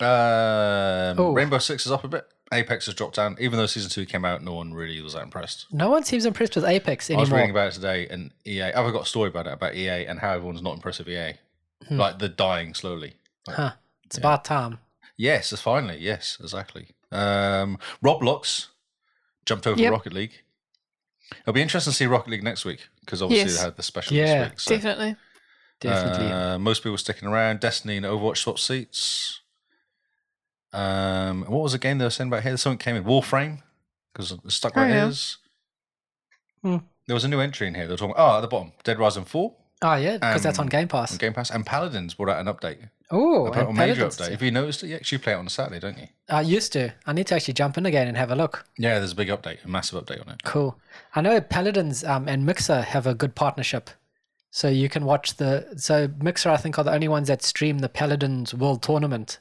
Speaker 3: Um,
Speaker 2: Oh.
Speaker 3: Rainbow Six is up a bit. Apex has dropped down. Even though season two came out, no one really was that impressed.
Speaker 2: No one seems impressed with Apex
Speaker 3: I was
Speaker 2: anymore.
Speaker 3: reading about it today, and EA. I've got a story about it about EA and how everyone's not impressed with EA,
Speaker 2: Hmm.
Speaker 3: like they're dying slowly. Like,
Speaker 2: Huh. It's
Speaker 3: Yeah.
Speaker 2: about time.
Speaker 3: Yes, it's finally. Yes, exactly. Um, Roblox jumped over
Speaker 1: Yep.
Speaker 3: Rocket League. It'll be interesting to see Rocket League next week because obviously
Speaker 1: Yes.
Speaker 3: they had the special
Speaker 2: Yeah.
Speaker 3: this week. so-
Speaker 1: Definitely.
Speaker 2: Definitely.
Speaker 3: Uh, most people sticking around. Destiny and Overwatch swap seats. Um, what was the game they were saying about here? Something came in Warframe because it's stuck where
Speaker 1: Oh, yeah.
Speaker 3: it is.
Speaker 2: Hmm.
Speaker 3: There was a new entry in here. They were talking. Oh, at the bottom, Dead Rising Four
Speaker 2: oh yeah, because that's on
Speaker 3: um,
Speaker 2: Game Pass.
Speaker 3: on Game Pass, and Paladins brought out an update.
Speaker 2: Oh,
Speaker 3: a
Speaker 2: and
Speaker 3: major
Speaker 2: Paladins
Speaker 3: update.
Speaker 2: too.
Speaker 3: Have you noticed it? You actually play it on a Saturday, don't you?
Speaker 2: I used to. I need to actually jump in again and have a look.
Speaker 3: Yeah, there's a big update, a massive update on it.
Speaker 2: Cool. I know Paladins um, and Mixer have a good partnership, so you can watch the. So Mixer, I think, are the only ones that stream the Paladins World Tournament,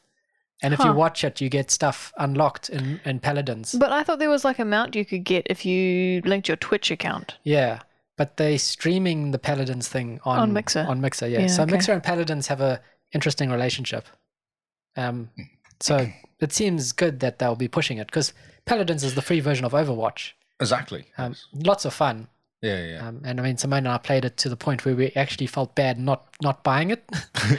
Speaker 2: and if you
Speaker 1: Huh.
Speaker 2: watch it, you get stuff unlocked in in Paladins.
Speaker 1: But I thought there was like a mount you could get if you linked your Twitch account.
Speaker 2: Yeah, but they streaming the Paladins thing on,
Speaker 1: On Mixer.
Speaker 2: On Mixer, yeah.
Speaker 1: Yeah,
Speaker 2: so
Speaker 1: okay.
Speaker 2: Mixer and Paladins have a interesting relationship. Um, so it seems good that they'll be pushing it because Paladins is the free version of Overwatch.
Speaker 3: Exactly.
Speaker 2: Um, lots of fun.
Speaker 3: yeah, yeah, yeah.
Speaker 2: Um, and I mean, Simone and I played it to the point where we actually felt bad not not buying it.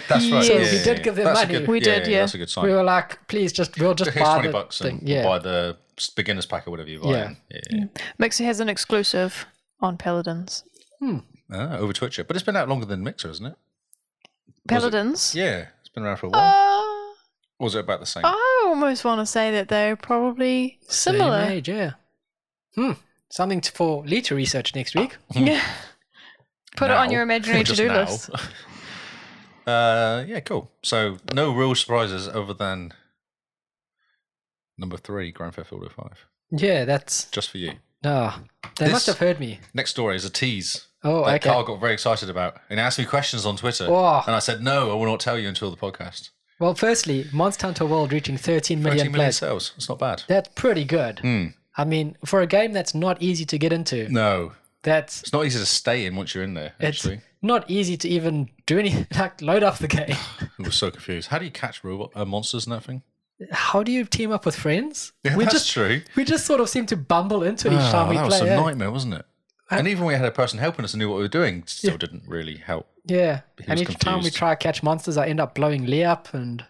Speaker 3: That's right.
Speaker 1: yes.
Speaker 3: Yeah,
Speaker 1: We
Speaker 3: yeah, yeah,
Speaker 2: uh, did
Speaker 3: yeah.
Speaker 2: give them
Speaker 3: That's a
Speaker 2: money.
Speaker 3: good-
Speaker 1: We did, yeah.
Speaker 3: That's a good sign.
Speaker 2: we were like, please, just we'll just
Speaker 3: Here's
Speaker 2: buy
Speaker 3: twenty
Speaker 2: the
Speaker 3: bucks
Speaker 2: thing.
Speaker 3: and
Speaker 2: yeah.
Speaker 3: buy the beginners pack or whatever you buy.
Speaker 2: Yeah.
Speaker 3: Yeah, yeah, yeah.
Speaker 1: Mixer has an exclusive on Paladins.
Speaker 3: Ah, over Twitch it. But it's been out longer than Mixer, isn't it?
Speaker 1: Paladins?
Speaker 3: Yeah, it's been around for a while.
Speaker 1: Uh,
Speaker 3: or was it about the same?
Speaker 1: I almost want to say that they're probably
Speaker 2: Same
Speaker 1: similar.
Speaker 2: age, yeah. Hmm. Something t- for Lee to research next week.
Speaker 1: Yeah. Put it on
Speaker 3: now,
Speaker 1: your imaginary
Speaker 3: just
Speaker 1: to-do
Speaker 3: now.
Speaker 1: list.
Speaker 3: uh, yeah, cool. So no real surprises other than number three, Grand Theft Auto Five,
Speaker 2: Yeah, that's
Speaker 3: just for you.
Speaker 2: no. They
Speaker 3: This-
Speaker 2: must have heard me.
Speaker 3: Next story is a tease
Speaker 2: Oh,
Speaker 3: that
Speaker 2: okay.
Speaker 3: Carl got very excited about, and asked me questions on Twitter,
Speaker 2: Oh.
Speaker 3: and I said no, I will not tell you until the podcast.
Speaker 2: Well, firstly, Monster Hunter World reaching 13 million,
Speaker 3: Thirteen million
Speaker 2: players.
Speaker 3: sales. It's not bad.
Speaker 2: That's pretty good.
Speaker 3: Hmm.
Speaker 2: I mean, for a game that's not easy to get into,
Speaker 3: No,
Speaker 2: that's
Speaker 3: it's not easy to stay in once you're in there.
Speaker 2: it's
Speaker 3: Mm. Actually,
Speaker 2: not easy to even do any like load up the game.
Speaker 3: I was so confused. How do you catch robot uh, monsters and that thing?
Speaker 2: How do you team up with friends?
Speaker 3: Yeah,
Speaker 2: we
Speaker 3: that's
Speaker 2: just
Speaker 3: true.
Speaker 2: we just sort of seem to bumble into it each time
Speaker 3: Oh,
Speaker 2: we
Speaker 3: that
Speaker 2: play.
Speaker 3: was a
Speaker 2: eh?
Speaker 3: nightmare, wasn't it? and even when we had a person helping us and knew what we were doing, still didn't really help.
Speaker 2: yeah, and
Speaker 3: was
Speaker 2: each time we
Speaker 3: confused.
Speaker 2: try to catch monsters, I end up blowing Lee up, and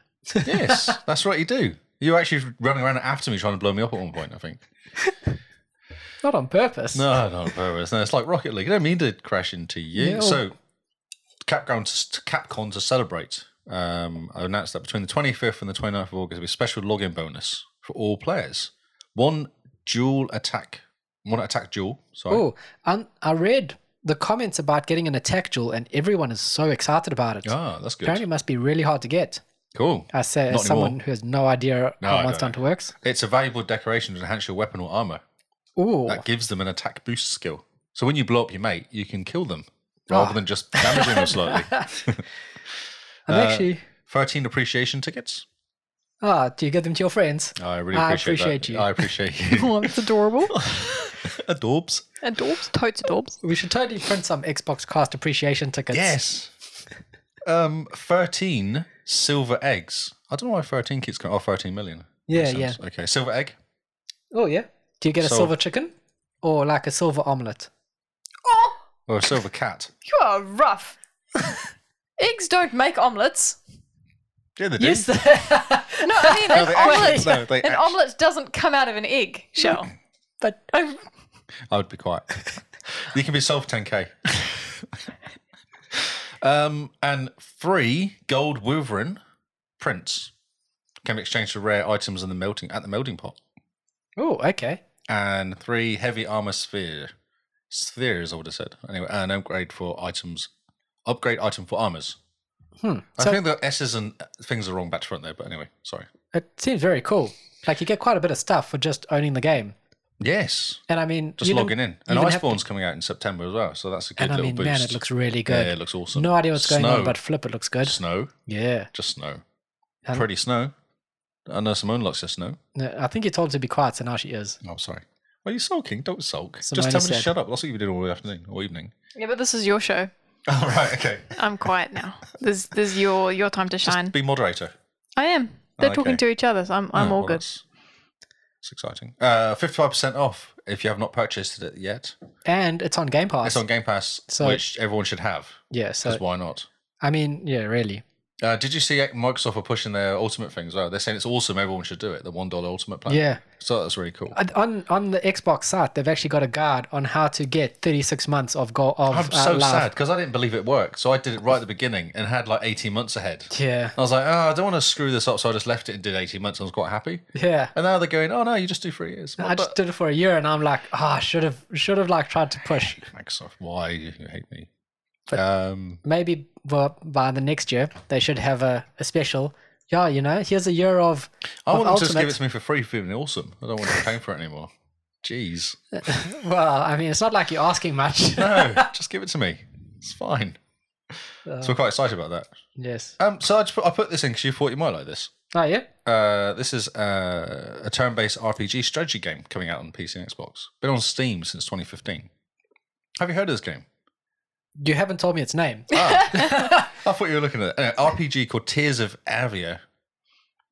Speaker 3: Yes, that's right. You do. You were actually running around after me trying to blow me up at one point. I think.
Speaker 2: not on purpose.
Speaker 3: No, not on purpose. No, it's like Rocket League. I don't mean to crash into you.
Speaker 2: No.
Speaker 3: So, Capcom to, Capcom to celebrate. Um, I announced that between the 25th and the 29th of August, there'll be a special login bonus for all players. One dual attack, one attack duel. Sorry.
Speaker 2: Oh, and I read the comments about getting an attack duel, and everyone is so excited about it.
Speaker 3: Ah, that's good.
Speaker 2: Apparently, it must be really hard to get.
Speaker 3: Cool.
Speaker 2: I say,
Speaker 3: Not
Speaker 2: as someone
Speaker 3: anymore.
Speaker 2: who has no idea
Speaker 3: No, I
Speaker 2: how
Speaker 3: don't
Speaker 2: Monster
Speaker 3: know.
Speaker 2: Hunter works.
Speaker 3: It's a valuable decoration to enhance your weapon or armor.
Speaker 2: Ooh,
Speaker 3: That gives them an attack boost skill. So when you blow up your mate, you can kill them
Speaker 2: Ah.
Speaker 3: rather than just damaging them slightly.
Speaker 2: I'm
Speaker 3: uh,
Speaker 2: actually.
Speaker 3: 13 appreciation tickets.
Speaker 2: Ah, do you give them to your friends?
Speaker 3: I really
Speaker 2: I appreciate
Speaker 3: appreciate, that.
Speaker 2: you.
Speaker 3: I appreciate you.
Speaker 1: Oh, that's adorable.
Speaker 3: Adorbs.
Speaker 1: Adorbs, totes adorbs.
Speaker 2: We should totally print some Xbox cast appreciation tickets.
Speaker 3: Yes. Um, 13 silver eggs. I don't know why 13 keeps going. Oh, 13 million.
Speaker 2: Yeah,
Speaker 3: Makes sense. Okay, silver egg.
Speaker 2: Oh, yeah. Do you get a
Speaker 3: So-
Speaker 2: silver chicken or like a silver omelette?
Speaker 1: Oh,
Speaker 3: Or a silver cat.
Speaker 1: you are rough. Eggs don't make omelets.
Speaker 3: Yeah, they do.
Speaker 2: Yes.
Speaker 1: No, I mean
Speaker 3: they
Speaker 1: an
Speaker 3: actually-
Speaker 1: omelet.
Speaker 3: no, they
Speaker 1: an
Speaker 3: actu-
Speaker 1: omelet doesn't come out of an egg shell.
Speaker 2: but
Speaker 1: I-
Speaker 3: I would be quiet. you can be sold for 10k. um, and three gold Wolverine prints can be exchanged for rare items in the melting at the melting pot.
Speaker 2: oh, okay.
Speaker 3: And three heavy armor sphere spheres. I would have said anyway. An upgrade for items, upgrade item for armors.
Speaker 2: Hmm.
Speaker 3: I
Speaker 2: So
Speaker 3: think the S's and things are wrong back to front there, but anyway, sorry.
Speaker 2: it seems very cool. Like you get quite a bit of stuff for just owning the game.
Speaker 3: Yes,
Speaker 2: And I mean,
Speaker 3: just
Speaker 2: you didn't-
Speaker 3: logging in.
Speaker 2: you
Speaker 3: And
Speaker 2: didn't have
Speaker 3: Iceborne's coming out in September as well, so that's a good
Speaker 2: And I
Speaker 3: little
Speaker 2: mean,
Speaker 3: boost.
Speaker 2: man, it looks really
Speaker 3: Yeah, it
Speaker 2: good.
Speaker 3: looks awesome.
Speaker 2: no idea what's going
Speaker 3: Snow.
Speaker 2: on, but flip, it looks good.
Speaker 3: snow.
Speaker 2: Yeah.
Speaker 3: just snow.
Speaker 2: And-
Speaker 3: Pretty snow. I know Simone likes her snow.
Speaker 2: No, I think you told her to be quiet, so now she is.
Speaker 3: Oh, sorry. Are you sulking? Don't sulk.
Speaker 2: Simone
Speaker 3: just tell me to
Speaker 2: said-
Speaker 3: shut up. That's what you've been doing all afternoon or evening.
Speaker 1: yeah, but this is your show.
Speaker 3: All right, okay.
Speaker 1: I'm quiet now. This this is your your time to shine.
Speaker 3: Be moderator.
Speaker 1: I am. They're
Speaker 3: Oh,
Speaker 1: talking
Speaker 3: okay.
Speaker 1: to each other, so I'm I'm
Speaker 3: Oh,
Speaker 1: all
Speaker 3: well,
Speaker 1: good.
Speaker 3: It's it's exciting. Uh, 55% off if you have not purchased it yet.
Speaker 2: And it's on Game Pass.
Speaker 3: It's on Game Pass,
Speaker 2: So-
Speaker 3: which everyone should have.
Speaker 2: yeah,
Speaker 3: Because
Speaker 2: so
Speaker 3: why not?
Speaker 2: I mean, yeah, really.
Speaker 3: Uh, did you see Microsoft are pushing their Ultimate thing as well? They're saying it's awesome. Everyone should do it. The $1 Ultimate plan.
Speaker 2: Yeah.
Speaker 3: So that's really cool.
Speaker 2: And On on the Xbox site, they've actually got a guide on how to get 36 months of go of
Speaker 3: I'm
Speaker 2: uh,
Speaker 3: so
Speaker 2: life.
Speaker 3: sad because I didn't believe it worked. So I did it right at the beginning and had like 18 months ahead.
Speaker 2: Yeah,
Speaker 3: I was like, oh, I don't want to screw this up, so I just left it and did 18 months. and I was quite happy.
Speaker 2: yeah.
Speaker 3: And now they're going, oh no, you just do three years.
Speaker 2: I
Speaker 3: What
Speaker 2: just did it for a year, and I'm like, ah, should have should have like tried to push.
Speaker 3: the- Microsoft, why do you hate me?
Speaker 2: But-
Speaker 3: um,
Speaker 2: Maybe by, by the next year, they should have a, a special. Yeah, you know, here's a year of.
Speaker 3: I
Speaker 2: of
Speaker 3: want them to just give it
Speaker 2: Ultimate.
Speaker 3: to me for free for being awesome. I don't want to pay for it anymore. Jeez.
Speaker 2: Well, I mean, it's not like you're asking much.
Speaker 3: No, just give it to me. It's fine.
Speaker 2: Uh.
Speaker 3: so we're quite excited about that.
Speaker 2: yes.
Speaker 3: Um, so I, just put, I put this in because you thought you might like this.
Speaker 2: Oh yeah.
Speaker 3: Uh, this is uh, a turn-based RPG strategy game coming out on PC and Xbox. Been on Steam since 2015. Have you heard of this game?
Speaker 2: You haven't told me its name.
Speaker 3: I thought you were looking at uh, it. Anyway, RPG called Tears of Avia,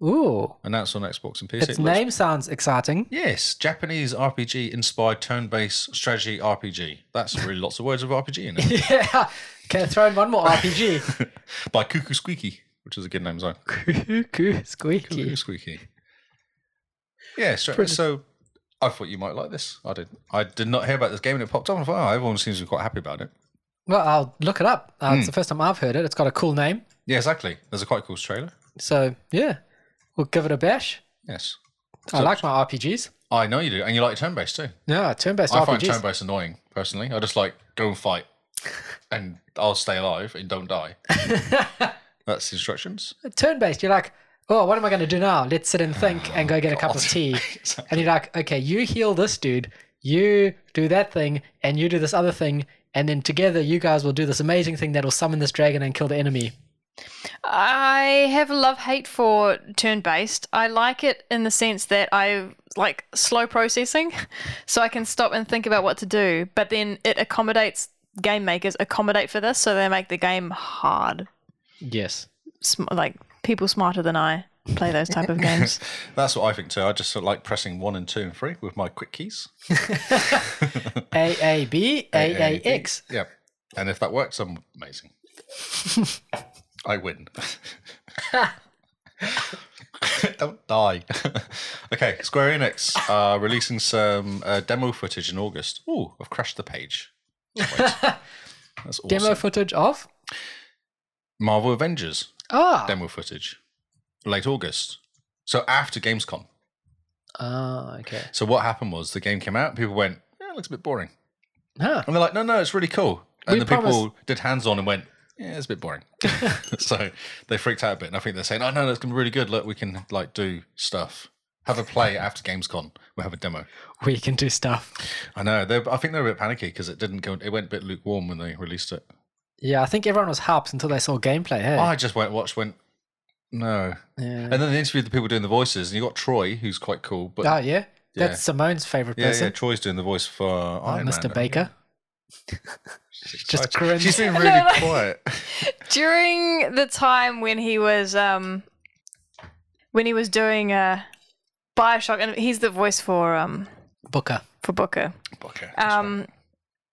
Speaker 2: Ooh,
Speaker 3: announced on Xbox and PC.
Speaker 2: its
Speaker 3: It looks-
Speaker 2: name sounds exciting.
Speaker 3: Yes, Japanese RPG inspired turn based strategy RPG. That's really lots of words of RPG in it.
Speaker 2: yeah. Can I throw in one more RPG?
Speaker 3: By Cuckoo Squeaky, which is a good name, Zone.
Speaker 2: Cuckoo squeaky.
Speaker 3: Cuckoo Squeaky. Yeah, so,
Speaker 2: Pretty-
Speaker 3: so I thought you might like this. I did. I did not hear about this game and it popped up. I thought, oh, everyone seems to be quite happy about it.
Speaker 2: Well, I'll look it up. Uh,
Speaker 3: Hmm.
Speaker 2: It's the first time I've heard it. It's got a cool name.
Speaker 3: Yeah, exactly. There's a quite cool trailer.
Speaker 2: So, yeah, we'll give it a bash.
Speaker 3: Yes.
Speaker 2: I like my RPGs.
Speaker 3: I know you do. And you like turn based too.
Speaker 2: Yeah, turn based
Speaker 3: I find
Speaker 2: RPGs.
Speaker 3: turn based annoying, personally. I just like go and fight. and I'll stay alive and don't die. That's the instructions.
Speaker 2: Turn based, you're like, oh, what am I going to do now? Let's sit and think and go get a cup of
Speaker 3: God.
Speaker 2: tea.
Speaker 3: Exactly.
Speaker 2: And you're like, okay, you heal this dude, you do that thing, and you do this other thing, and then together you guys will do this amazing thing that will summon this dragon and kill the enemy.
Speaker 1: I have a love hate for turn based. I like it in the sense that I like slow processing, so I can stop and think about what to do. But then it accommodates game makers accommodate for this, so they make the game hard.
Speaker 2: Yes.
Speaker 1: Sm- like people smarter than I play those type of games.
Speaker 3: That's what I think too. I just sort of like pressing one and two and three with my quick keys.
Speaker 2: A A B A A
Speaker 3: A, B.
Speaker 2: X.
Speaker 3: Yeah. And if that works, I'm amazing. I win. Don't die. okay, Square Enix are releasing some uh, demo footage in August. Ooh, I've crashed the page. Wait. That's awesome.
Speaker 2: Demo footage of?
Speaker 3: Marvel Avengers
Speaker 2: Ah.
Speaker 3: demo footage, late August. So after Gamescom.
Speaker 2: Ah, okay.
Speaker 3: So what happened was the game came out, people went, yeah, it looks a bit boring.
Speaker 2: Huh.
Speaker 3: And they're like, no, no, it's really cool. And
Speaker 2: We
Speaker 3: the people
Speaker 2: promise-
Speaker 3: did hands on and went, yeah, it's a bit boring. so they freaked out a bit. And I think they're saying, oh, no, no, it's going to be really good. Look, we can like do stuff. Have a play after Gamescom. We'll have a demo.
Speaker 2: We can do stuff.
Speaker 3: I know. They're, I think they're a bit panicky because it didn't go, it went a bit lukewarm when they released it.
Speaker 2: Yeah, I think everyone was hyped until they saw gameplay. Hey.
Speaker 3: I just went, watched, went, no.
Speaker 2: yeah.
Speaker 3: And then they interviewed the people doing the voices. And you got Troy, who's quite cool. But
Speaker 2: oh, yeah.
Speaker 3: Yeah.
Speaker 2: That's Simone's favorite
Speaker 3: yeah,
Speaker 2: person.
Speaker 3: yeah, Troy's doing the voice for
Speaker 2: Oh,
Speaker 3: Iron Man, I
Speaker 2: Mr.
Speaker 3: think.
Speaker 2: Baker.
Speaker 3: She's
Speaker 2: just
Speaker 3: excited.
Speaker 2: grins.
Speaker 3: She's been
Speaker 1: No,
Speaker 3: really
Speaker 1: like-
Speaker 3: quiet.
Speaker 1: During the time when he was um when he was doing uh Bioshock and he's the voice for um
Speaker 2: Booker.
Speaker 1: for Booker.
Speaker 3: okay. that's fine.
Speaker 1: Um,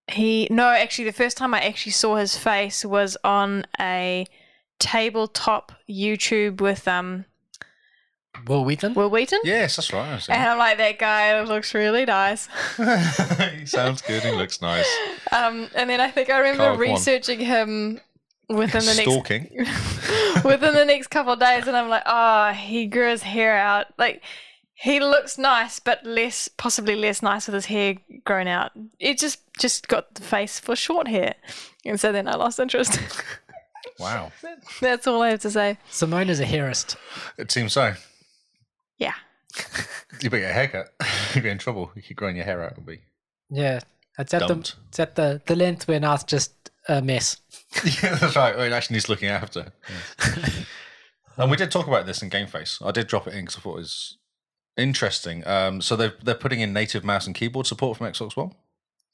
Speaker 1: he no, actually, the first time I actually saw his face was on a tabletop YouTube with um
Speaker 2: Will Wheaton.
Speaker 1: Will Wheaton,
Speaker 3: yes, that's right. I see.
Speaker 1: and I'm like, that guy looks really nice.
Speaker 3: he sounds good. He looks nice.
Speaker 1: Um, and then I think I remember
Speaker 3: Carl, go on.
Speaker 1: researching him within the next
Speaker 3: Stalking.
Speaker 1: within the next couple of days, and I'm like, oh, he grew his hair out. Like, he looks nice, but less, possibly less nice with his hair grown out. It just just got the face for short hair, and so then I lost interest.
Speaker 3: Wow.
Speaker 1: That's all I have to say.
Speaker 2: Simone is a hairist.
Speaker 3: It seems so.
Speaker 1: Yeah.
Speaker 3: You better get a haircut. You'd be in trouble. You keep growing your hair out. It'll be
Speaker 2: Yeah. It's at, the,
Speaker 3: dumped.
Speaker 2: it's at the, the length where now it's just a mess.
Speaker 3: yeah, that's right. Well, It actually needs looking after. Yes. and we did talk about this in Gameface. I did drop it in because I thought it was interesting. Um, so they're, they're putting in native mouse and keyboard support from Xbox One.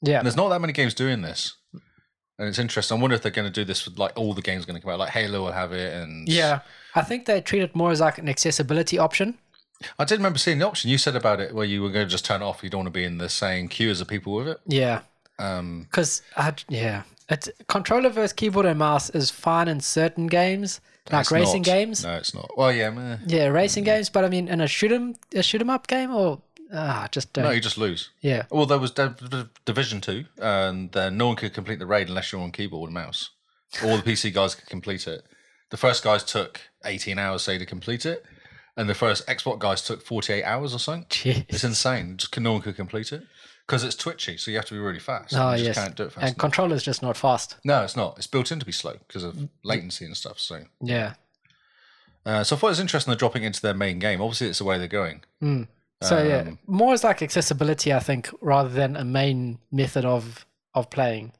Speaker 2: Yeah.
Speaker 3: And there's not that many games doing this. And it's interesting. I wonder if they're going to do this with like all the games going to come out. Like Halo will have it. And
Speaker 2: Yeah. I think they treat it more as like an accessibility option.
Speaker 3: I did remember seeing the option you said about it where you were going to just turn it off. You don't want to be in the same queue as the people with it.
Speaker 2: Yeah.
Speaker 3: Um,
Speaker 2: Because, yeah. It's, controller versus keyboard and mouse is fine in certain games, like
Speaker 3: it's
Speaker 2: racing
Speaker 3: not.
Speaker 2: games.
Speaker 3: No, Mm. it's not. Well, yeah, meh.
Speaker 2: Yeah, racing games, but I mean, in a shoot 'em, a shoot 'em up game, or ah, just don't.
Speaker 3: no, you just lose.
Speaker 2: yeah,
Speaker 3: Well, there was Div- Div- Division Two, and uh, no one could complete the raid unless you're on keyboard and mouse. All the PC guys could complete it. The first guys took 18 hours, say, to complete it, and the first Xbox guys took 48 hours or something.
Speaker 2: Jeez.
Speaker 3: It's insane. Just no one could complete it because it's twitchy, so you have to be really fast.
Speaker 2: Oh
Speaker 3: you just
Speaker 2: yes,
Speaker 3: can't do it fast.
Speaker 2: and controller's just not fast.
Speaker 3: no, it's not. It's built in to be slow because of latency and stuff. So.
Speaker 2: Yeah,
Speaker 3: Uh, so I thought it was interesting they're dropping into their main game. Obviously, it's the way they're going.
Speaker 2: so yeah,
Speaker 3: Um,
Speaker 2: more is like accessibility, I think, rather than a main method of of playing.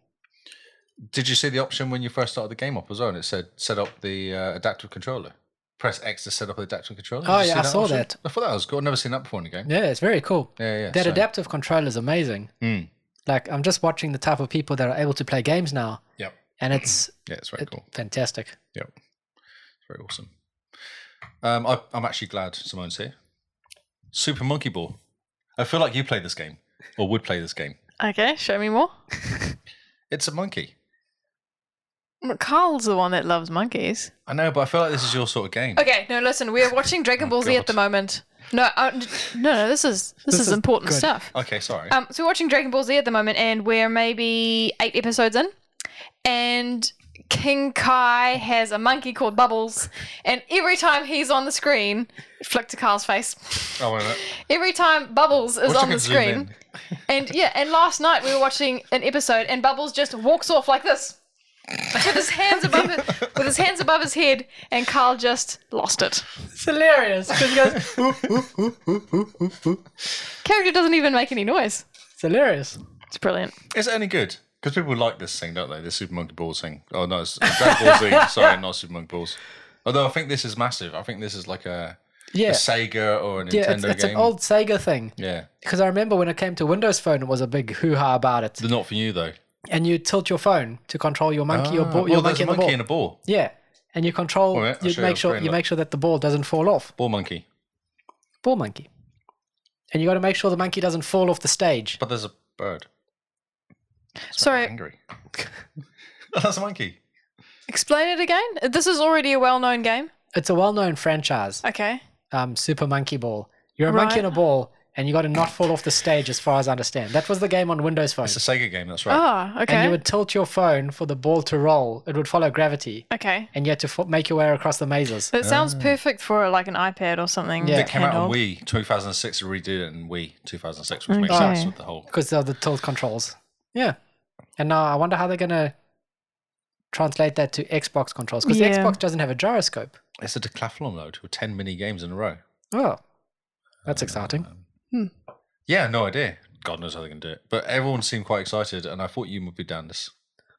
Speaker 3: Did you see the option when you first started the game up as well? And it said set up the uh, adaptive controller. Press X to set up the adaptive controller. Did
Speaker 2: Oh,
Speaker 3: you
Speaker 2: yeah,
Speaker 3: see
Speaker 2: I saw
Speaker 3: option?
Speaker 2: that.
Speaker 3: I thought that was cool. I've never seen that before in a game.
Speaker 2: Yeah, it's very cool.
Speaker 3: Yeah, yeah.
Speaker 2: that
Speaker 3: so-
Speaker 2: adaptive controller is amazing.
Speaker 3: Mm.
Speaker 2: Like I'm just watching the type of people that are able to play games now,
Speaker 3: Yep.
Speaker 2: and it's
Speaker 3: Yeah, it's very cool.
Speaker 2: fantastic.
Speaker 3: Yep. It's very awesome. Um, I, I'm actually glad Simone's here. Super Monkey Ball. I feel like you play this game or would play this game.
Speaker 1: Okay, show me more.
Speaker 3: It's a monkey.
Speaker 1: Carl's the one that loves monkeys.
Speaker 3: I know, but I feel like this is your sort of game.
Speaker 1: Okay, no, listen, we're watching Dragon Ball Z at
Speaker 3: God.
Speaker 1: the moment. No, uh, n- no, no, this is this,
Speaker 2: This
Speaker 1: is,
Speaker 2: is
Speaker 1: important
Speaker 2: good.
Speaker 1: stuff.
Speaker 3: Okay, sorry.
Speaker 1: Um, so we're watching Dragon Ball Z at the moment, and we're maybe eight episodes in, and King Kai has a monkey called Bubbles, and every time he's on the screen, flick to Carl's face.
Speaker 3: oh, wait a minute.
Speaker 1: Every time Bubbles is
Speaker 3: Wish I
Speaker 1: on the
Speaker 3: could zoom
Speaker 1: screen,
Speaker 3: in.
Speaker 1: and yeah, and last night we were watching an episode, and Bubbles just walks off like this. with his hands above it, with his hands above his head, and Carl just lost it.
Speaker 2: It's hilarious because he goes,
Speaker 1: Character doesn't even make any noise.
Speaker 2: it's hilarious.
Speaker 1: It's brilliant.
Speaker 3: Is it any good? Because people like this thing, don't they? The Super Monkey Balls thing. Oh no, it's it's Dragon Ball Z. Sorry, not Super Monkey Balls. Although I think this is massive. I think this is like a, a
Speaker 2: Yeah,
Speaker 3: Sega or a Nintendo
Speaker 2: yeah, it's, it's
Speaker 3: game.
Speaker 2: an old Sega thing
Speaker 3: yeah,
Speaker 2: because I remember when it came to Windows Phone, it was a big hoo ha about it.
Speaker 3: they're not for you though.
Speaker 2: And you tilt your phone to control your monkey, your,
Speaker 3: Ah,
Speaker 2: ball, your
Speaker 3: well, there's
Speaker 2: monkey,
Speaker 3: a
Speaker 2: and the
Speaker 3: monkey
Speaker 2: ball.
Speaker 3: and a ball.
Speaker 2: Yeah, and you control.
Speaker 3: All right, I'll
Speaker 2: you
Speaker 3: show you
Speaker 2: make
Speaker 3: the
Speaker 2: sure
Speaker 3: screen,
Speaker 2: you
Speaker 3: look.
Speaker 2: make sure that the ball doesn't fall off.
Speaker 3: Ball monkey.
Speaker 2: Ball monkey. And you got to make sure the monkey doesn't fall off the stage.
Speaker 3: But there's a bird.
Speaker 1: Sorry,
Speaker 3: Angry. That's a monkey.
Speaker 1: explain it again. This is already a well-known game.
Speaker 2: It's a well-known franchise,
Speaker 1: Okay.
Speaker 2: um, Super Monkey Ball. You're a monkey
Speaker 1: Right.
Speaker 2: in a ball, and you got to not fall off the stage, as far as I understand. That was the game on Windows Phone.
Speaker 3: It's a Sega game. That's
Speaker 2: Oh,
Speaker 3: right.
Speaker 1: Ah,
Speaker 2: And
Speaker 1: okay.
Speaker 2: you would tilt your phone for the ball to roll. It would follow gravity,
Speaker 1: okay.
Speaker 2: and you had to fo- make your way across the mazes.
Speaker 1: That sounds perfect for like an iPad or something.
Speaker 2: Yeah.
Speaker 3: It Ah. came out on
Speaker 1: handheld.
Speaker 3: Wii 2006. They redid it in Wii 2006,
Speaker 2: Oh,
Speaker 3: which makes
Speaker 1: Okay.
Speaker 3: sense with the whole.
Speaker 2: because of the tilt controls. Yeah. And now I wonder how they're going to translate that to Xbox controls because
Speaker 1: Yeah.
Speaker 2: the Xbox doesn't have a gyroscope.
Speaker 3: It's a decathlon load with 10 mini games in a row.
Speaker 2: Oh, that's exciting.
Speaker 3: Yeah, no idea. God knows how they can do it. But everyone seemed quite excited, and I thought you would be down this.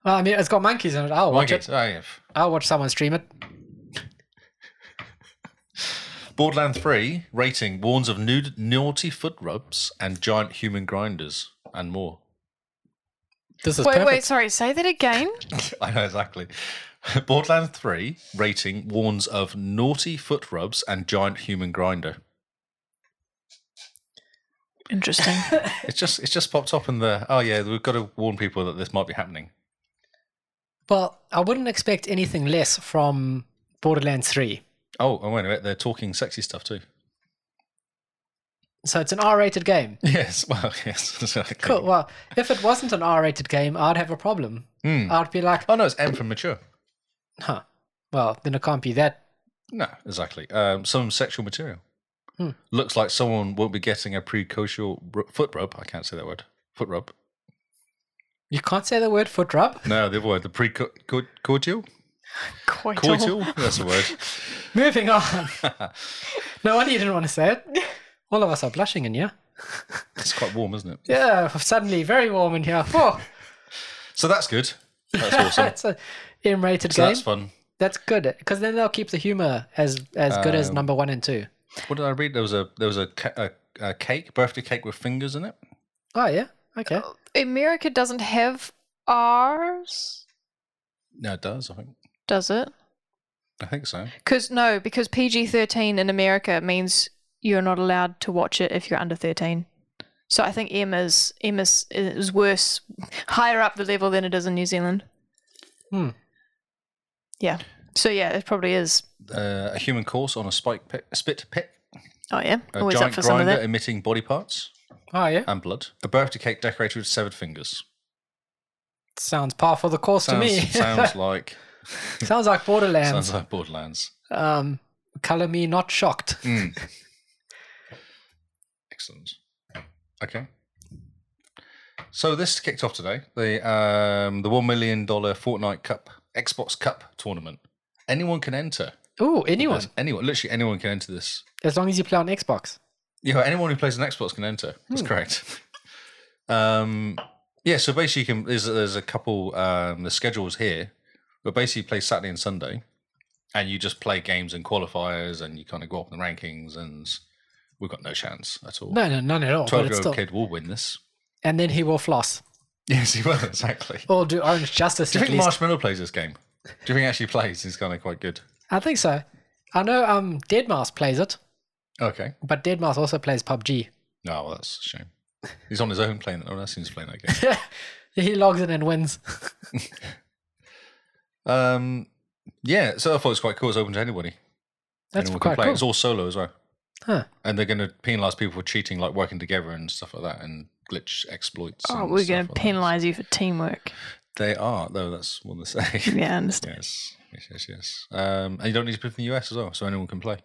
Speaker 2: Well, I mean, it's got monkeys in it. I'll watch
Speaker 3: Monkeys.
Speaker 2: it.
Speaker 3: Oh, yeah.
Speaker 2: I'll watch someone stream it.
Speaker 3: Borderland 3 rating warns of nude, naughty foot rubs and giant human grinders and more.
Speaker 2: This is
Speaker 1: Wait,
Speaker 2: perfect.
Speaker 1: wait, sorry. Say that again.
Speaker 3: I know exactly. Borderland 3 rating warns of naughty foot rubs and giant human grinder.
Speaker 1: Interesting.
Speaker 3: It's just it's just popped up in the oh yeah, we've got to warn people that this might be happening.
Speaker 2: Well, I wouldn't expect anything less from Borderlands 3.
Speaker 3: Oh, oh wait a minute, they're talking sexy stuff too.
Speaker 2: So it's an R rated game.
Speaker 3: Yes, well, yes. exactly.
Speaker 2: Cool. Well, if it wasn't an R rated game, I'd have a problem.
Speaker 3: Hmm.
Speaker 2: I'd be like,
Speaker 3: Oh no, it's M for mature.
Speaker 2: huh. Well, then it can't be that.
Speaker 3: No, exactly. Um, some sexual material.
Speaker 2: Hmm.
Speaker 3: Looks like someone won't be getting a precocial r- foot rub. I can't say that word. Foot rub.
Speaker 2: You can't say the word foot rub.
Speaker 3: No, the word. The precordial?
Speaker 1: Coital.
Speaker 3: Coital? That's the word.
Speaker 2: Moving on. no wonder you didn't want to say it. All of us are blushing in here.
Speaker 3: It's quite warm, isn't it?
Speaker 2: Yeah, suddenly very warm in here. Whoa.
Speaker 3: So that's good. That's awesome.
Speaker 2: that's a M-rated
Speaker 3: so
Speaker 2: game.
Speaker 3: that's
Speaker 2: That's,
Speaker 3: fun.
Speaker 2: good because then they'll keep the humor as as good
Speaker 3: Um,
Speaker 2: as number one and two.
Speaker 3: What did I read? There was a there was a, ca- a, a cake, birthday cake with fingers in it.
Speaker 2: Oh yeah, okay.
Speaker 1: America doesn't have R's,
Speaker 3: No, it does. I think.
Speaker 1: does it?
Speaker 3: I think so.
Speaker 1: Because no, because PG thirteen in America means you're not allowed to watch it if you're under thirteen. So I think M is M is, is worse, higher up the level than it is in New Zealand.
Speaker 2: Hmm.
Speaker 1: Yeah. So yeah, it probably is.
Speaker 3: Uh, a human course on a spike pit, spit pit.
Speaker 1: Oh yeah,
Speaker 3: A
Speaker 1: always up
Speaker 3: giant
Speaker 1: for some of
Speaker 3: grinder
Speaker 1: that.
Speaker 3: emitting body parts
Speaker 2: Oh yeah,
Speaker 3: and blood. A birthday cake decorated with severed fingers.
Speaker 2: sounds par for the course
Speaker 3: Sounds,
Speaker 2: to me.
Speaker 3: sounds like
Speaker 2: Sounds like Borderlands.
Speaker 3: sounds like Borderlands.
Speaker 2: Um, color me not shocked.
Speaker 3: Mm. Excellent. Okay. So this kicked off today the um, the one million dollar Fortnite Cup Xbox Cup tournament. Anyone can enter.
Speaker 2: Ooh, anyone
Speaker 3: There's anyone, literally anyone can enter this.
Speaker 2: as long as you play on Xbox.
Speaker 3: Yeah, anyone who plays an Xbox can enter. That's
Speaker 2: Hmm.
Speaker 3: correct. um, yeah, so basically, you can there's there's a couple um, the schedules here, but basically you play Saturday and Sunday, and you just play games and qualifiers, and you kind of go up in the rankings, and we've got no chance at all.
Speaker 2: No, no, none at all. But
Speaker 3: Twelve
Speaker 2: it's
Speaker 3: year
Speaker 2: still...
Speaker 3: old kid will win this.
Speaker 2: And then he will floss
Speaker 3: Yes, he will exactly.
Speaker 2: or do Orange Justice
Speaker 3: Do you
Speaker 2: at
Speaker 3: think
Speaker 2: least.
Speaker 3: Marshmallow plays this game? Do you think he actually plays? He's kind of quite good.
Speaker 2: I think so. I know um Dead Mouse plays it,
Speaker 3: Okay.
Speaker 2: but Dead Mouse also plays PUBG.
Speaker 3: No, well, that's a shame. He's on his own playing. No one else seems to play that game.
Speaker 2: he logs in and wins.
Speaker 3: Um, yeah, so I thought it was quite cool. It's open to anybody.
Speaker 2: That's
Speaker 3: anyone can
Speaker 2: quite
Speaker 3: play.
Speaker 2: cool.
Speaker 3: It's all solo as well.
Speaker 2: Huh.
Speaker 3: And they're going to penalise people for cheating, like working together and stuff like that, and glitch exploits.
Speaker 1: Oh,
Speaker 3: and
Speaker 1: we're
Speaker 3: stuff
Speaker 1: gonna
Speaker 3: like that.
Speaker 1: penalise you for teamwork.
Speaker 3: They are, though. That's one to say.
Speaker 1: Yeah, I understand.
Speaker 3: yes, yes, yes, yes. Um, and you don't need to be from the US as well, so anyone can play.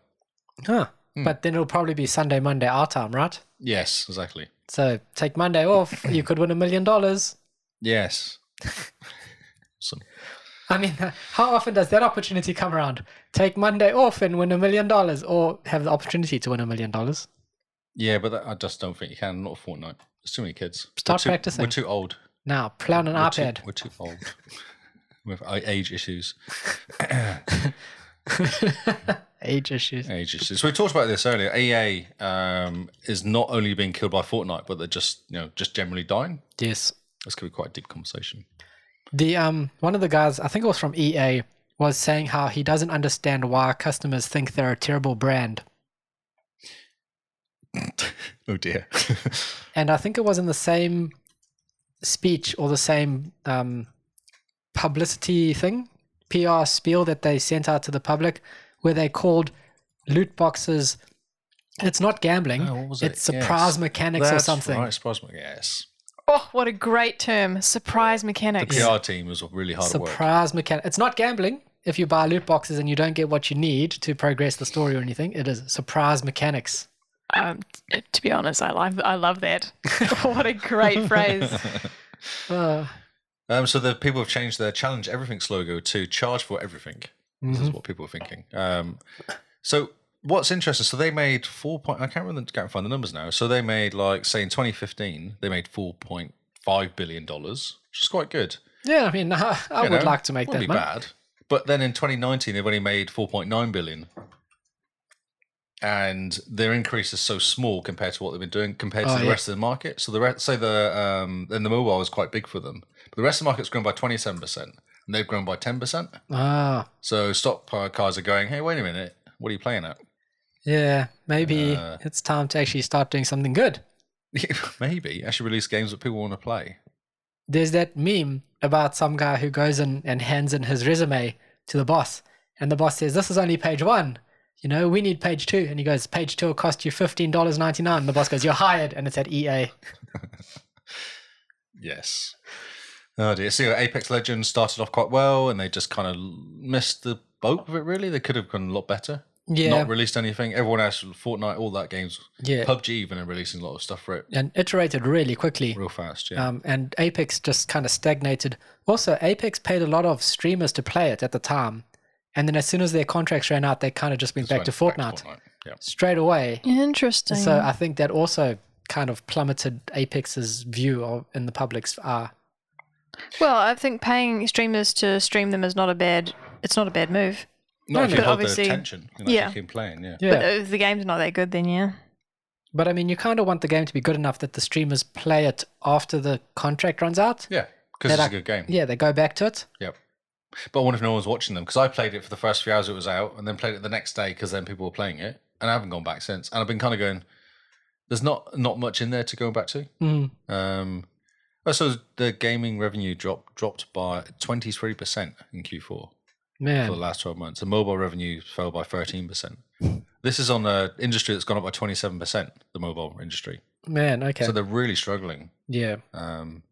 Speaker 2: Huh.
Speaker 3: Hmm.
Speaker 2: But then it'll probably be Sunday, Monday our time, right?
Speaker 3: Yes, exactly.
Speaker 2: So take Monday off, you could win a million dollars.
Speaker 3: Yes. awesome.
Speaker 2: I mean, how often does that opportunity come around? Take Monday off and win a million dollars, or have the opportunity to win a million dollars?
Speaker 3: Yeah, but that, I just don't think you can. Not a fortnight. There's too many kids.
Speaker 2: Start
Speaker 3: we're too,
Speaker 2: practicing.
Speaker 3: We're too old.
Speaker 2: Now, play on an
Speaker 3: We're too,
Speaker 2: iPad.
Speaker 3: we're too old. we have a- age issues.
Speaker 2: Age issues.
Speaker 3: Age issues. So we talked about this earlier. EA um, is not only being killed by Fortnite, but they're just you know just generally dying.
Speaker 2: Yes.
Speaker 3: This could be quite a deep conversation.
Speaker 2: The um one of the guys, I think it was from EA, was saying how he doesn't understand why customers think they're a terrible brand.
Speaker 3: Oh dear.
Speaker 2: And I think it was in the same speech or the same um, publicity thing, PR spiel that they sent out to the public, where they called loot boxes. It's not gambling.
Speaker 3: Oh, what was it?
Speaker 2: it's surprise
Speaker 3: Yes.
Speaker 2: mechanics or
Speaker 3: That's
Speaker 2: something.
Speaker 3: Right, surprise me. Yes.
Speaker 1: Oh, what a great term. Surprise
Speaker 3: The
Speaker 1: mechanics.
Speaker 3: PR team was really hard at work.
Speaker 2: Surprise mechanic. It's not gambling. If you buy loot boxes and you don't get what you need to progress the story or anything, it is surprise mechanics.
Speaker 1: Um, t- to be honest, I love, I love that. what a great phrase.
Speaker 2: Uh,
Speaker 3: Um, so the people have changed their challenge everything's logo to charge for everything. This is what people are thinking. Um, so what's interesting? So they made four point. I can't remember. Can't find the numbers now. So they made like say in 2015 they made 4.5 billion dollars, which is quite good.
Speaker 2: yeah, I mean, I, I
Speaker 3: You
Speaker 2: would
Speaker 3: know,
Speaker 2: like to make
Speaker 3: wouldn't
Speaker 2: that
Speaker 3: be
Speaker 2: money.
Speaker 3: bad. But then in 2019 they've only made 4.9 billion, and their increase is so small compared to what they've been doing compared to
Speaker 2: Oh,
Speaker 3: the
Speaker 2: yeah.
Speaker 3: rest of the market. So the rest, say the um, and the mobile is quite big for them, but the rest of the market's grown by 27 percent, and they've grown by 10 percent.
Speaker 2: Ah,
Speaker 3: So stock cars are going, hey, wait a minute, what are you playing at?
Speaker 2: yeah. Maybe
Speaker 3: Uh,
Speaker 2: it's time to actually start doing something good.
Speaker 3: Maybe I should release games that people want to play.
Speaker 2: there's that meme about some guy who goes in and hands in his resume to the boss, and the boss says, "This is only page one. You know, we need page two. And he goes, "Page two will cost you fifteen dollars ninety nine. The boss goes, "You're hired," and it's at E EA.
Speaker 3: Yes. Oh dear. So Apex Legends started off quite well, and they just kind of missed the boat with it. Really, they could have gone a lot better.
Speaker 2: Yeah,
Speaker 3: Not released anything. Everyone else, Fortnite, all that games,
Speaker 2: yeah,
Speaker 3: PUBG, even are releasing a lot of stuff for it
Speaker 2: and iterated really quickly.
Speaker 3: real fast. Yeah.
Speaker 2: Um, and Apex just kind of stagnated. Also, Apex paid a lot of streamers to play it at the time, and then as soon as their contracts ran out, they kind of just went
Speaker 3: Just
Speaker 2: back
Speaker 3: went
Speaker 2: to Fortnite
Speaker 3: Yeah.
Speaker 2: straight away.
Speaker 1: Interesting.
Speaker 3: Oh,
Speaker 2: So
Speaker 3: uh,
Speaker 2: I think that also kind of plummeted Apex's view of, in the public's eye.
Speaker 1: well, I think paying streamers to stream them is not a bad. It's not a bad move.
Speaker 3: Not
Speaker 2: No,
Speaker 3: if
Speaker 2: no.
Speaker 3: you
Speaker 1: But
Speaker 3: hold their
Speaker 1: obviously-
Speaker 3: attention. You know,
Speaker 1: Yeah.
Speaker 3: If you keep playing. Yeah.
Speaker 1: But if the game's not that good, then yeah.
Speaker 2: uh, But I mean, you kind of want the game to be good enough that the streamers play it after the contract runs out.
Speaker 3: Yeah. Because
Speaker 2: That
Speaker 3: it's
Speaker 2: I-
Speaker 3: a good game.
Speaker 2: Yeah, they go back to it.
Speaker 3: Yep. But I wonder if no one's watching them because I played it for the first few hours it was out, and then played it the next day because then people were playing it, and I haven't gone back since. And I've been kind of going, there's not not much in there to go back to.
Speaker 2: Mm.
Speaker 3: Um, also, the gaming revenue dropped dropped by twenty three percent in Q4 for the
Speaker 2: Man,
Speaker 3: last twelve months, and mobile revenue fell by thirteen percent. This is on an industry that's gone up by twenty seven percent, the mobile industry.
Speaker 2: man, okay.
Speaker 3: So they're really struggling.
Speaker 2: yeah.
Speaker 3: Um,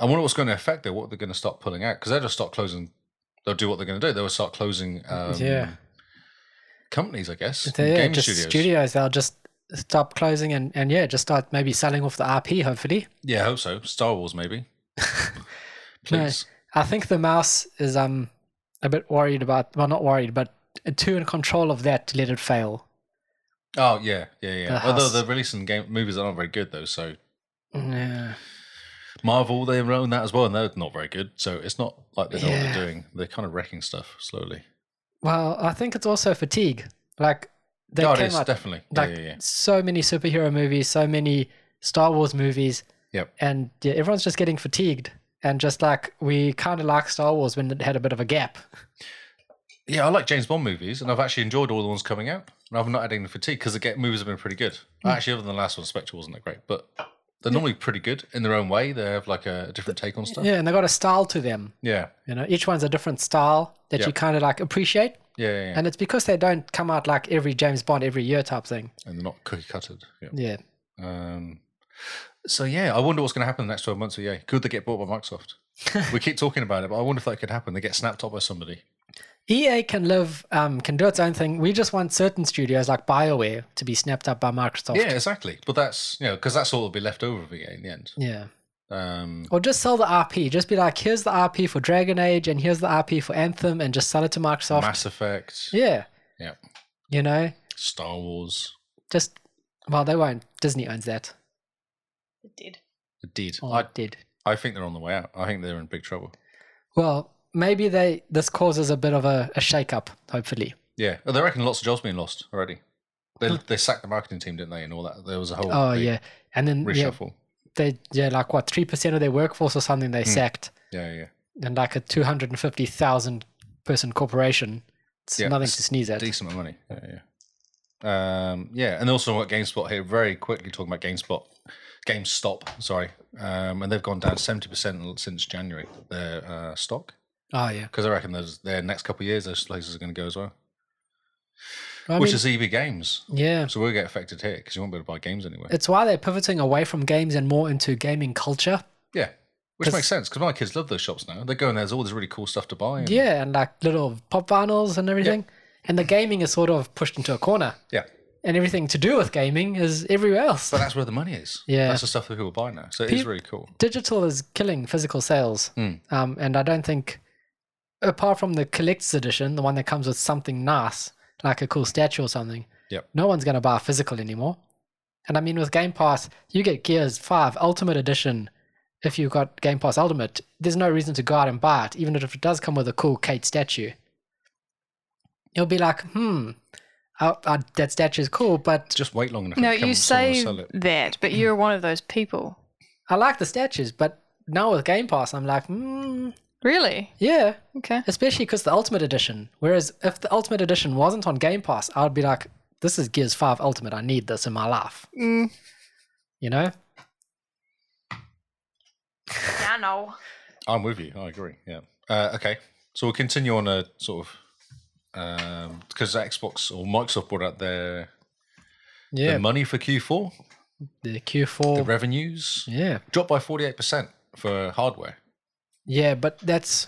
Speaker 3: I wonder what's going to affect there. What they're going to start pulling out because they'll just start closing. They'll do what they're going to do. They'll start closing. Um,
Speaker 2: Yeah.
Speaker 3: Companies, I guess.
Speaker 2: They- yeah, just studios. they'll just stop closing and, and yeah, just start maybe selling off the RP, hopefully.
Speaker 3: Yeah, I hope so. Star Wars, maybe. Please.
Speaker 2: I think the mouse is um a bit worried about, well, not worried, but too in control of that to let it fail.
Speaker 3: Oh yeah, yeah, yeah.
Speaker 2: The
Speaker 3: Although
Speaker 2: house.
Speaker 3: they're releasing game movies that aren't very good though. So
Speaker 2: Yeah.
Speaker 3: Marvel, they own that as well, and they're not very good. So it's not like they know what
Speaker 2: Yeah.
Speaker 3: they're doing. They're kind of wrecking stuff slowly.
Speaker 2: Well, I think it's also fatigue. Like they
Speaker 3: oh, it
Speaker 2: came
Speaker 3: is
Speaker 2: out
Speaker 3: definitely.
Speaker 2: like
Speaker 3: yeah, yeah, yeah.
Speaker 2: so many superhero movies, so many Star Wars movies.
Speaker 3: Yep.
Speaker 2: And yeah, everyone's just getting fatigued. And just like we kind of like Star Wars when it had a bit of a gap.
Speaker 3: Yeah, I like James Bond movies, and I've actually enjoyed all the ones coming out. And I've not had any fatigue because the get movies have been pretty good.
Speaker 2: Hmm.
Speaker 3: Actually, other than the last one, Spectre wasn't that great, but they're normally pretty good in their own way. They have like a different take on stuff. Yeah,
Speaker 2: Yeah, and they got a style to them.
Speaker 3: yeah,
Speaker 2: You know, each one's a different style that you
Speaker 3: Yep.
Speaker 2: kind of like appreciate.
Speaker 3: yeah. yeah, yeah.
Speaker 2: And it's because they don't come out like every James Bond every year type thing.
Speaker 3: And they're not cookie cuttered. Yeah.
Speaker 2: Yeah.
Speaker 3: Um, so yeah, I wonder what's going to happen in the next twelve months. Yeah, could they get bought by Microsoft? we keep talking about it, but I wonder if that could happen. They get snapped up by somebody.
Speaker 2: EA E can live, um, can do its own thing. We just want certain studios like BioWare to be snapped up by Microsoft.
Speaker 3: Yeah, exactly. But that's you know because that's all that'll be left over of EA in the end.
Speaker 2: Yeah.
Speaker 3: Um,
Speaker 2: Or just sell the RP. Just be like, here's the RP for Dragon Age and here's the RP for Anthem and just sell it to Microsoft.
Speaker 3: Mass Effect,
Speaker 2: yeah.
Speaker 3: Yeah.
Speaker 2: You know,
Speaker 3: Star Wars.
Speaker 2: just, well, they won't. Disney owns that.
Speaker 1: It did.
Speaker 3: Indeed.
Speaker 2: Or
Speaker 3: I,
Speaker 2: did.
Speaker 3: I think they're on the way out. I think they're in big trouble.
Speaker 2: Well, maybe they this causes a bit of a, a shake up, hopefully.
Speaker 3: Yeah. They reckon lots of jobs being lost already. They, they sacked the marketing team, didn't they? And all that. There was a whole
Speaker 2: Oh,
Speaker 3: big
Speaker 2: yeah. And then yeah,
Speaker 3: reshuffle.
Speaker 2: they yeah, like what, three percent of their workforce or something
Speaker 3: Hmm.
Speaker 2: they sacked.
Speaker 3: Yeah, yeah.
Speaker 2: And like a two hundred and fifty thousand person corporation. It's
Speaker 3: Yeah,
Speaker 2: nothing
Speaker 3: it's
Speaker 2: to sneeze at.
Speaker 3: Decent amount of money. Yeah, yeah. Um, yeah, and also at GameSpot here, very quickly talking about GameSpot, GameStop, sorry, um, and they've gone down seventy percent since January their uh, stock
Speaker 2: Oh yeah.
Speaker 3: because I reckon those their next couple of years those places are going to go as well,
Speaker 2: I
Speaker 3: which
Speaker 2: mean,
Speaker 3: is EV Games.
Speaker 2: yeah.
Speaker 3: So we'll get affected here because you won't be able to buy games anywhere.
Speaker 2: It's why they're pivoting away from games and more into gaming culture.
Speaker 3: yeah, which
Speaker 2: 'cause-
Speaker 3: makes sense because my kids love those shops now. They go and there's all this really cool stuff to buy. And,
Speaker 2: Yeah, and like little pop vinyls and everything. And the gaming is sort of pushed into a corner.
Speaker 3: yeah.
Speaker 2: And everything to do with gaming is everywhere else.
Speaker 3: But that's where the money is.
Speaker 2: Yeah.
Speaker 3: that's the stuff that people buy now. So it is
Speaker 2: Peop-
Speaker 3: really cool.
Speaker 2: digital is killing physical sales.
Speaker 3: Mm.
Speaker 2: Um, and I don't think, apart from the collector's edition, the one that comes with something nice, like a cool statue or something,
Speaker 3: Yep.
Speaker 2: no one's going to buy a physical anymore. And I mean, with Game Pass, you get Gears 5 Ultimate Edition. If you've got Game Pass Ultimate, there's no reason to go out and buy it, even if it does come with a cool Kate statue. You'll be like, hmm, I, I, that statue's cool, but
Speaker 3: Just wait long enough.
Speaker 1: No,
Speaker 3: and come
Speaker 1: you
Speaker 3: and someone will
Speaker 1: say
Speaker 3: sell it.
Speaker 1: that, but you're one of those people.
Speaker 2: I like the statues. But now with Game Pass, I'm like, hmm,
Speaker 1: Really?
Speaker 2: yeah,
Speaker 1: Okay.
Speaker 2: Especially because the Ultimate Edition. Whereas if the Ultimate Edition wasn't on Game Pass, I would be like, this is Gears 5 Ultimate. I need this in my life.
Speaker 1: Mm.
Speaker 2: You know?
Speaker 1: I know.
Speaker 3: I'm with you. I agree. Yeah. Uh, okay. So we'll continue on a sort of because Xbox or Microsoft brought out their
Speaker 2: Yeah.
Speaker 3: the money for Q4,
Speaker 2: The
Speaker 3: the
Speaker 2: Q4.
Speaker 3: revenues
Speaker 2: yeah.
Speaker 3: dropped by forty eight percent for hardware.
Speaker 2: Yeah, but that's,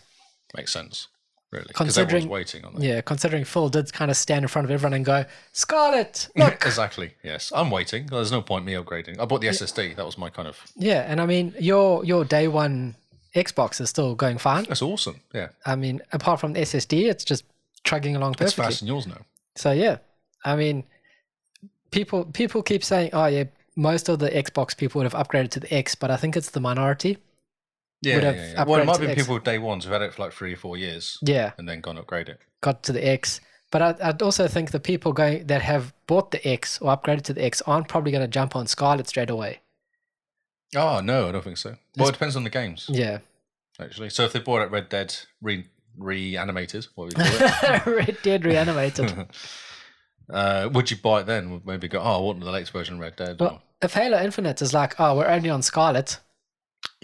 Speaker 3: Makes sense, really, because everyone's
Speaker 2: Considering-
Speaker 3: waiting on that.
Speaker 2: yeah, considering Phil did kind of stand in front of everyone and go, Scarlet, look.
Speaker 3: Exactly. Yes, I'm waiting. There's no point me upgrading. I bought the SSD. That was my kind of.
Speaker 2: yeah. And I mean, your your day one Xbox is still going fine.
Speaker 3: That's awesome. Yeah,
Speaker 2: I mean, apart from the SSD, it's just chugging along
Speaker 3: it's
Speaker 2: perfectly.
Speaker 3: faster than yours now.
Speaker 2: So yeah, I mean, people people keep saying, "Oh yeah, most of the Xbox people would have upgraded to the X," but I think it's the minority.
Speaker 3: Yeah,
Speaker 2: Would
Speaker 3: yeah,
Speaker 2: have
Speaker 3: yeah. Well, it
Speaker 2: upgraded
Speaker 3: might
Speaker 2: to
Speaker 3: be
Speaker 2: X.
Speaker 3: people with day ones who've had it for like three or four years
Speaker 2: Yeah,
Speaker 3: and then gone upgrade it.
Speaker 2: got to the X. But I, I'd also think the people going that have bought the X or upgraded to the X aren't probably going to jump on Scarlet straight away.
Speaker 3: Oh no, I don't think so. Well, it depends on the games.
Speaker 2: Yeah,
Speaker 3: actually. So if they bought out Red Dead re reanimated, what would you call it?
Speaker 2: Red Dead Reanimated.
Speaker 3: uh, would you buy it then? Would maybe go, oh, I want the latest version of Red Dead.
Speaker 2: well, if Halo Infinite is like, "Oh, we're only on Scarlet,"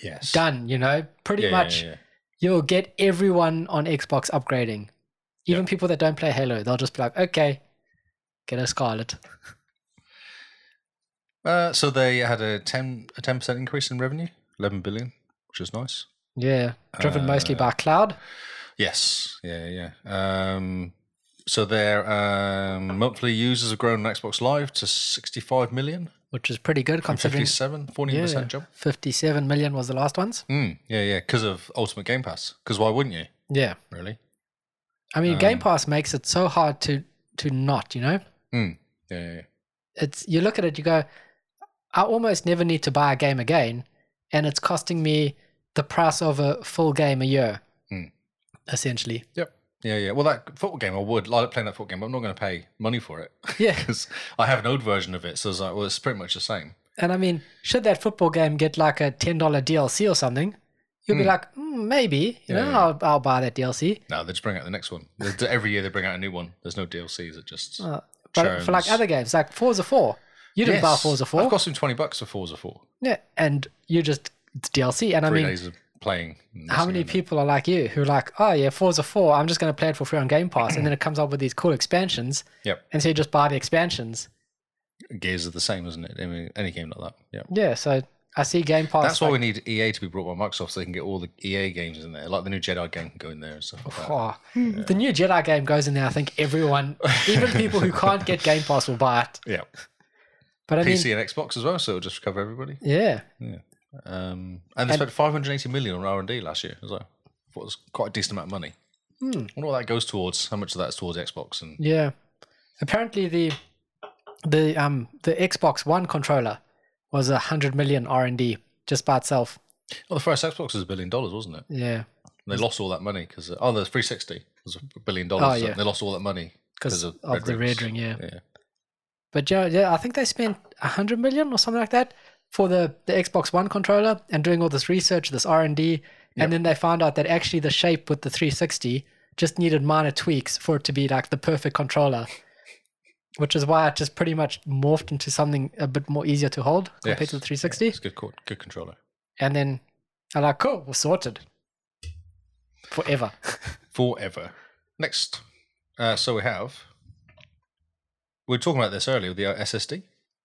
Speaker 3: yes,
Speaker 2: done. You know, pretty
Speaker 3: Yeah, yeah,
Speaker 2: much
Speaker 3: yeah, yeah.
Speaker 2: you'll get everyone on Xbox upgrading. Even people that don't play Halo, they'll just be like, "Okay, get a Scarlet."
Speaker 3: Uh, so they had a ten a ten percent increase in revenue, eleven billion, which is nice.
Speaker 2: Yeah, driven mostly
Speaker 3: Uh,
Speaker 2: by cloud.
Speaker 3: Yes, yeah, yeah. yeah. Um, so their um, monthly users have grown on Xbox Live to sixty five million
Speaker 2: which is pretty good
Speaker 3: from
Speaker 2: considering
Speaker 3: 57, 14
Speaker 2: yeah,
Speaker 3: percent jump.
Speaker 2: 57 million was the last ones.
Speaker 3: Mm, yeah, yeah, because of Ultimate Game Pass. Because why wouldn't you?
Speaker 2: Yeah.
Speaker 3: Really?
Speaker 2: I mean, Game
Speaker 3: Um,
Speaker 2: Pass makes it so hard to to not, you know?
Speaker 3: Hmm, Yeah, yeah, yeah.
Speaker 2: It's you look at it you go I almost never need to buy a game again and it's costing me the price of a full game a year.
Speaker 3: Hmm.
Speaker 2: Essentially.
Speaker 3: Yep. Yeah, yeah. Well, that football game, I would I like playing that football game, but I'm not going to pay money for it
Speaker 2: Yeah.
Speaker 3: because I have an old version of it. So it's like, well, it's pretty much the same.
Speaker 2: and I mean, should that football game get like a $10 DLC or something? You'll be
Speaker 3: Hmm.
Speaker 2: like, mm, maybe, you
Speaker 3: Yeah,
Speaker 2: know,
Speaker 3: yeah.
Speaker 2: I'll, I'll buy that DLC.
Speaker 3: No, they just bring out the next one. They do- Every year they bring out a new one. There's no DLCs. It just
Speaker 2: Uh, but for like
Speaker 3: Jones.
Speaker 2: other games, like Forza 4, you didn't buy
Speaker 3: Yes,
Speaker 2: Forza 4.
Speaker 3: I've cost him twenty bucks for Forza Four.
Speaker 2: Yeah, and you just it's DLC. And I
Speaker 3: Three
Speaker 2: mean,
Speaker 3: days of playing. and
Speaker 2: how
Speaker 3: messing
Speaker 2: many
Speaker 3: around.
Speaker 2: people are like you who are like, oh yeah, Forza Four, I'm just going to play it for free on Game Pass, and then it comes up with these cool expansions,
Speaker 3: Yep.
Speaker 2: and so you just buy the expansions.
Speaker 3: Gears are the same, isn't it? I mean, any game like that. Yeah.
Speaker 2: Yeah, so I see Game Pass.
Speaker 3: That's why
Speaker 2: Oh, like,
Speaker 3: we need EA to be brought by Microsoft so they can get all the EA games in there. Like the new Jedi game can go in there and stuff like that.
Speaker 2: oh, the new Jedi game goes in there. I think everyone, even people who can't get Game Pass, will buy it.
Speaker 3: Yeah.
Speaker 2: But I mean,
Speaker 3: PC and Xbox as well, so it'll just cover everybody.
Speaker 2: yeah,
Speaker 3: Yeah. Um, and
Speaker 2: And-
Speaker 3: they spent 580 million on R&D last year as well. I thought it was quite a decent amount of money.
Speaker 2: Hmm.
Speaker 3: I wonder what that goes towards, how much of that's towards Xbox and
Speaker 2: Yeah. Apparently the the um the Xbox One controller was a hundred million R and D just by itself.
Speaker 3: Well, the first Xbox was a billion dollars, wasn't it?
Speaker 2: Yeah.
Speaker 3: And they lost all that money because oh, the 360 was a billion dollars.
Speaker 2: Oh,
Speaker 3: and
Speaker 2: yeah.
Speaker 3: They lost all that money
Speaker 2: Because of, the
Speaker 3: Rings.
Speaker 2: red ring, yeah.
Speaker 3: yeah.
Speaker 2: But yeah, yeah, I think they spent a hundred million or something like that for the, the Xbox One controller and doing all this research, this R and D,
Speaker 3: Yep.
Speaker 2: and then they found out that actually the shape with the 360 just needed minor tweaks for it to be like the perfect controller, which is why it just pretty much morphed into something a bit more easier to hold compared
Speaker 3: Yes.
Speaker 2: to the 360.
Speaker 3: It's a good, co- good controller.
Speaker 2: And then I'm like, cool, we're sorted. Forever.
Speaker 3: Forever. Next. Uh, so we have. We were talking about this earlier with the uh, SSD.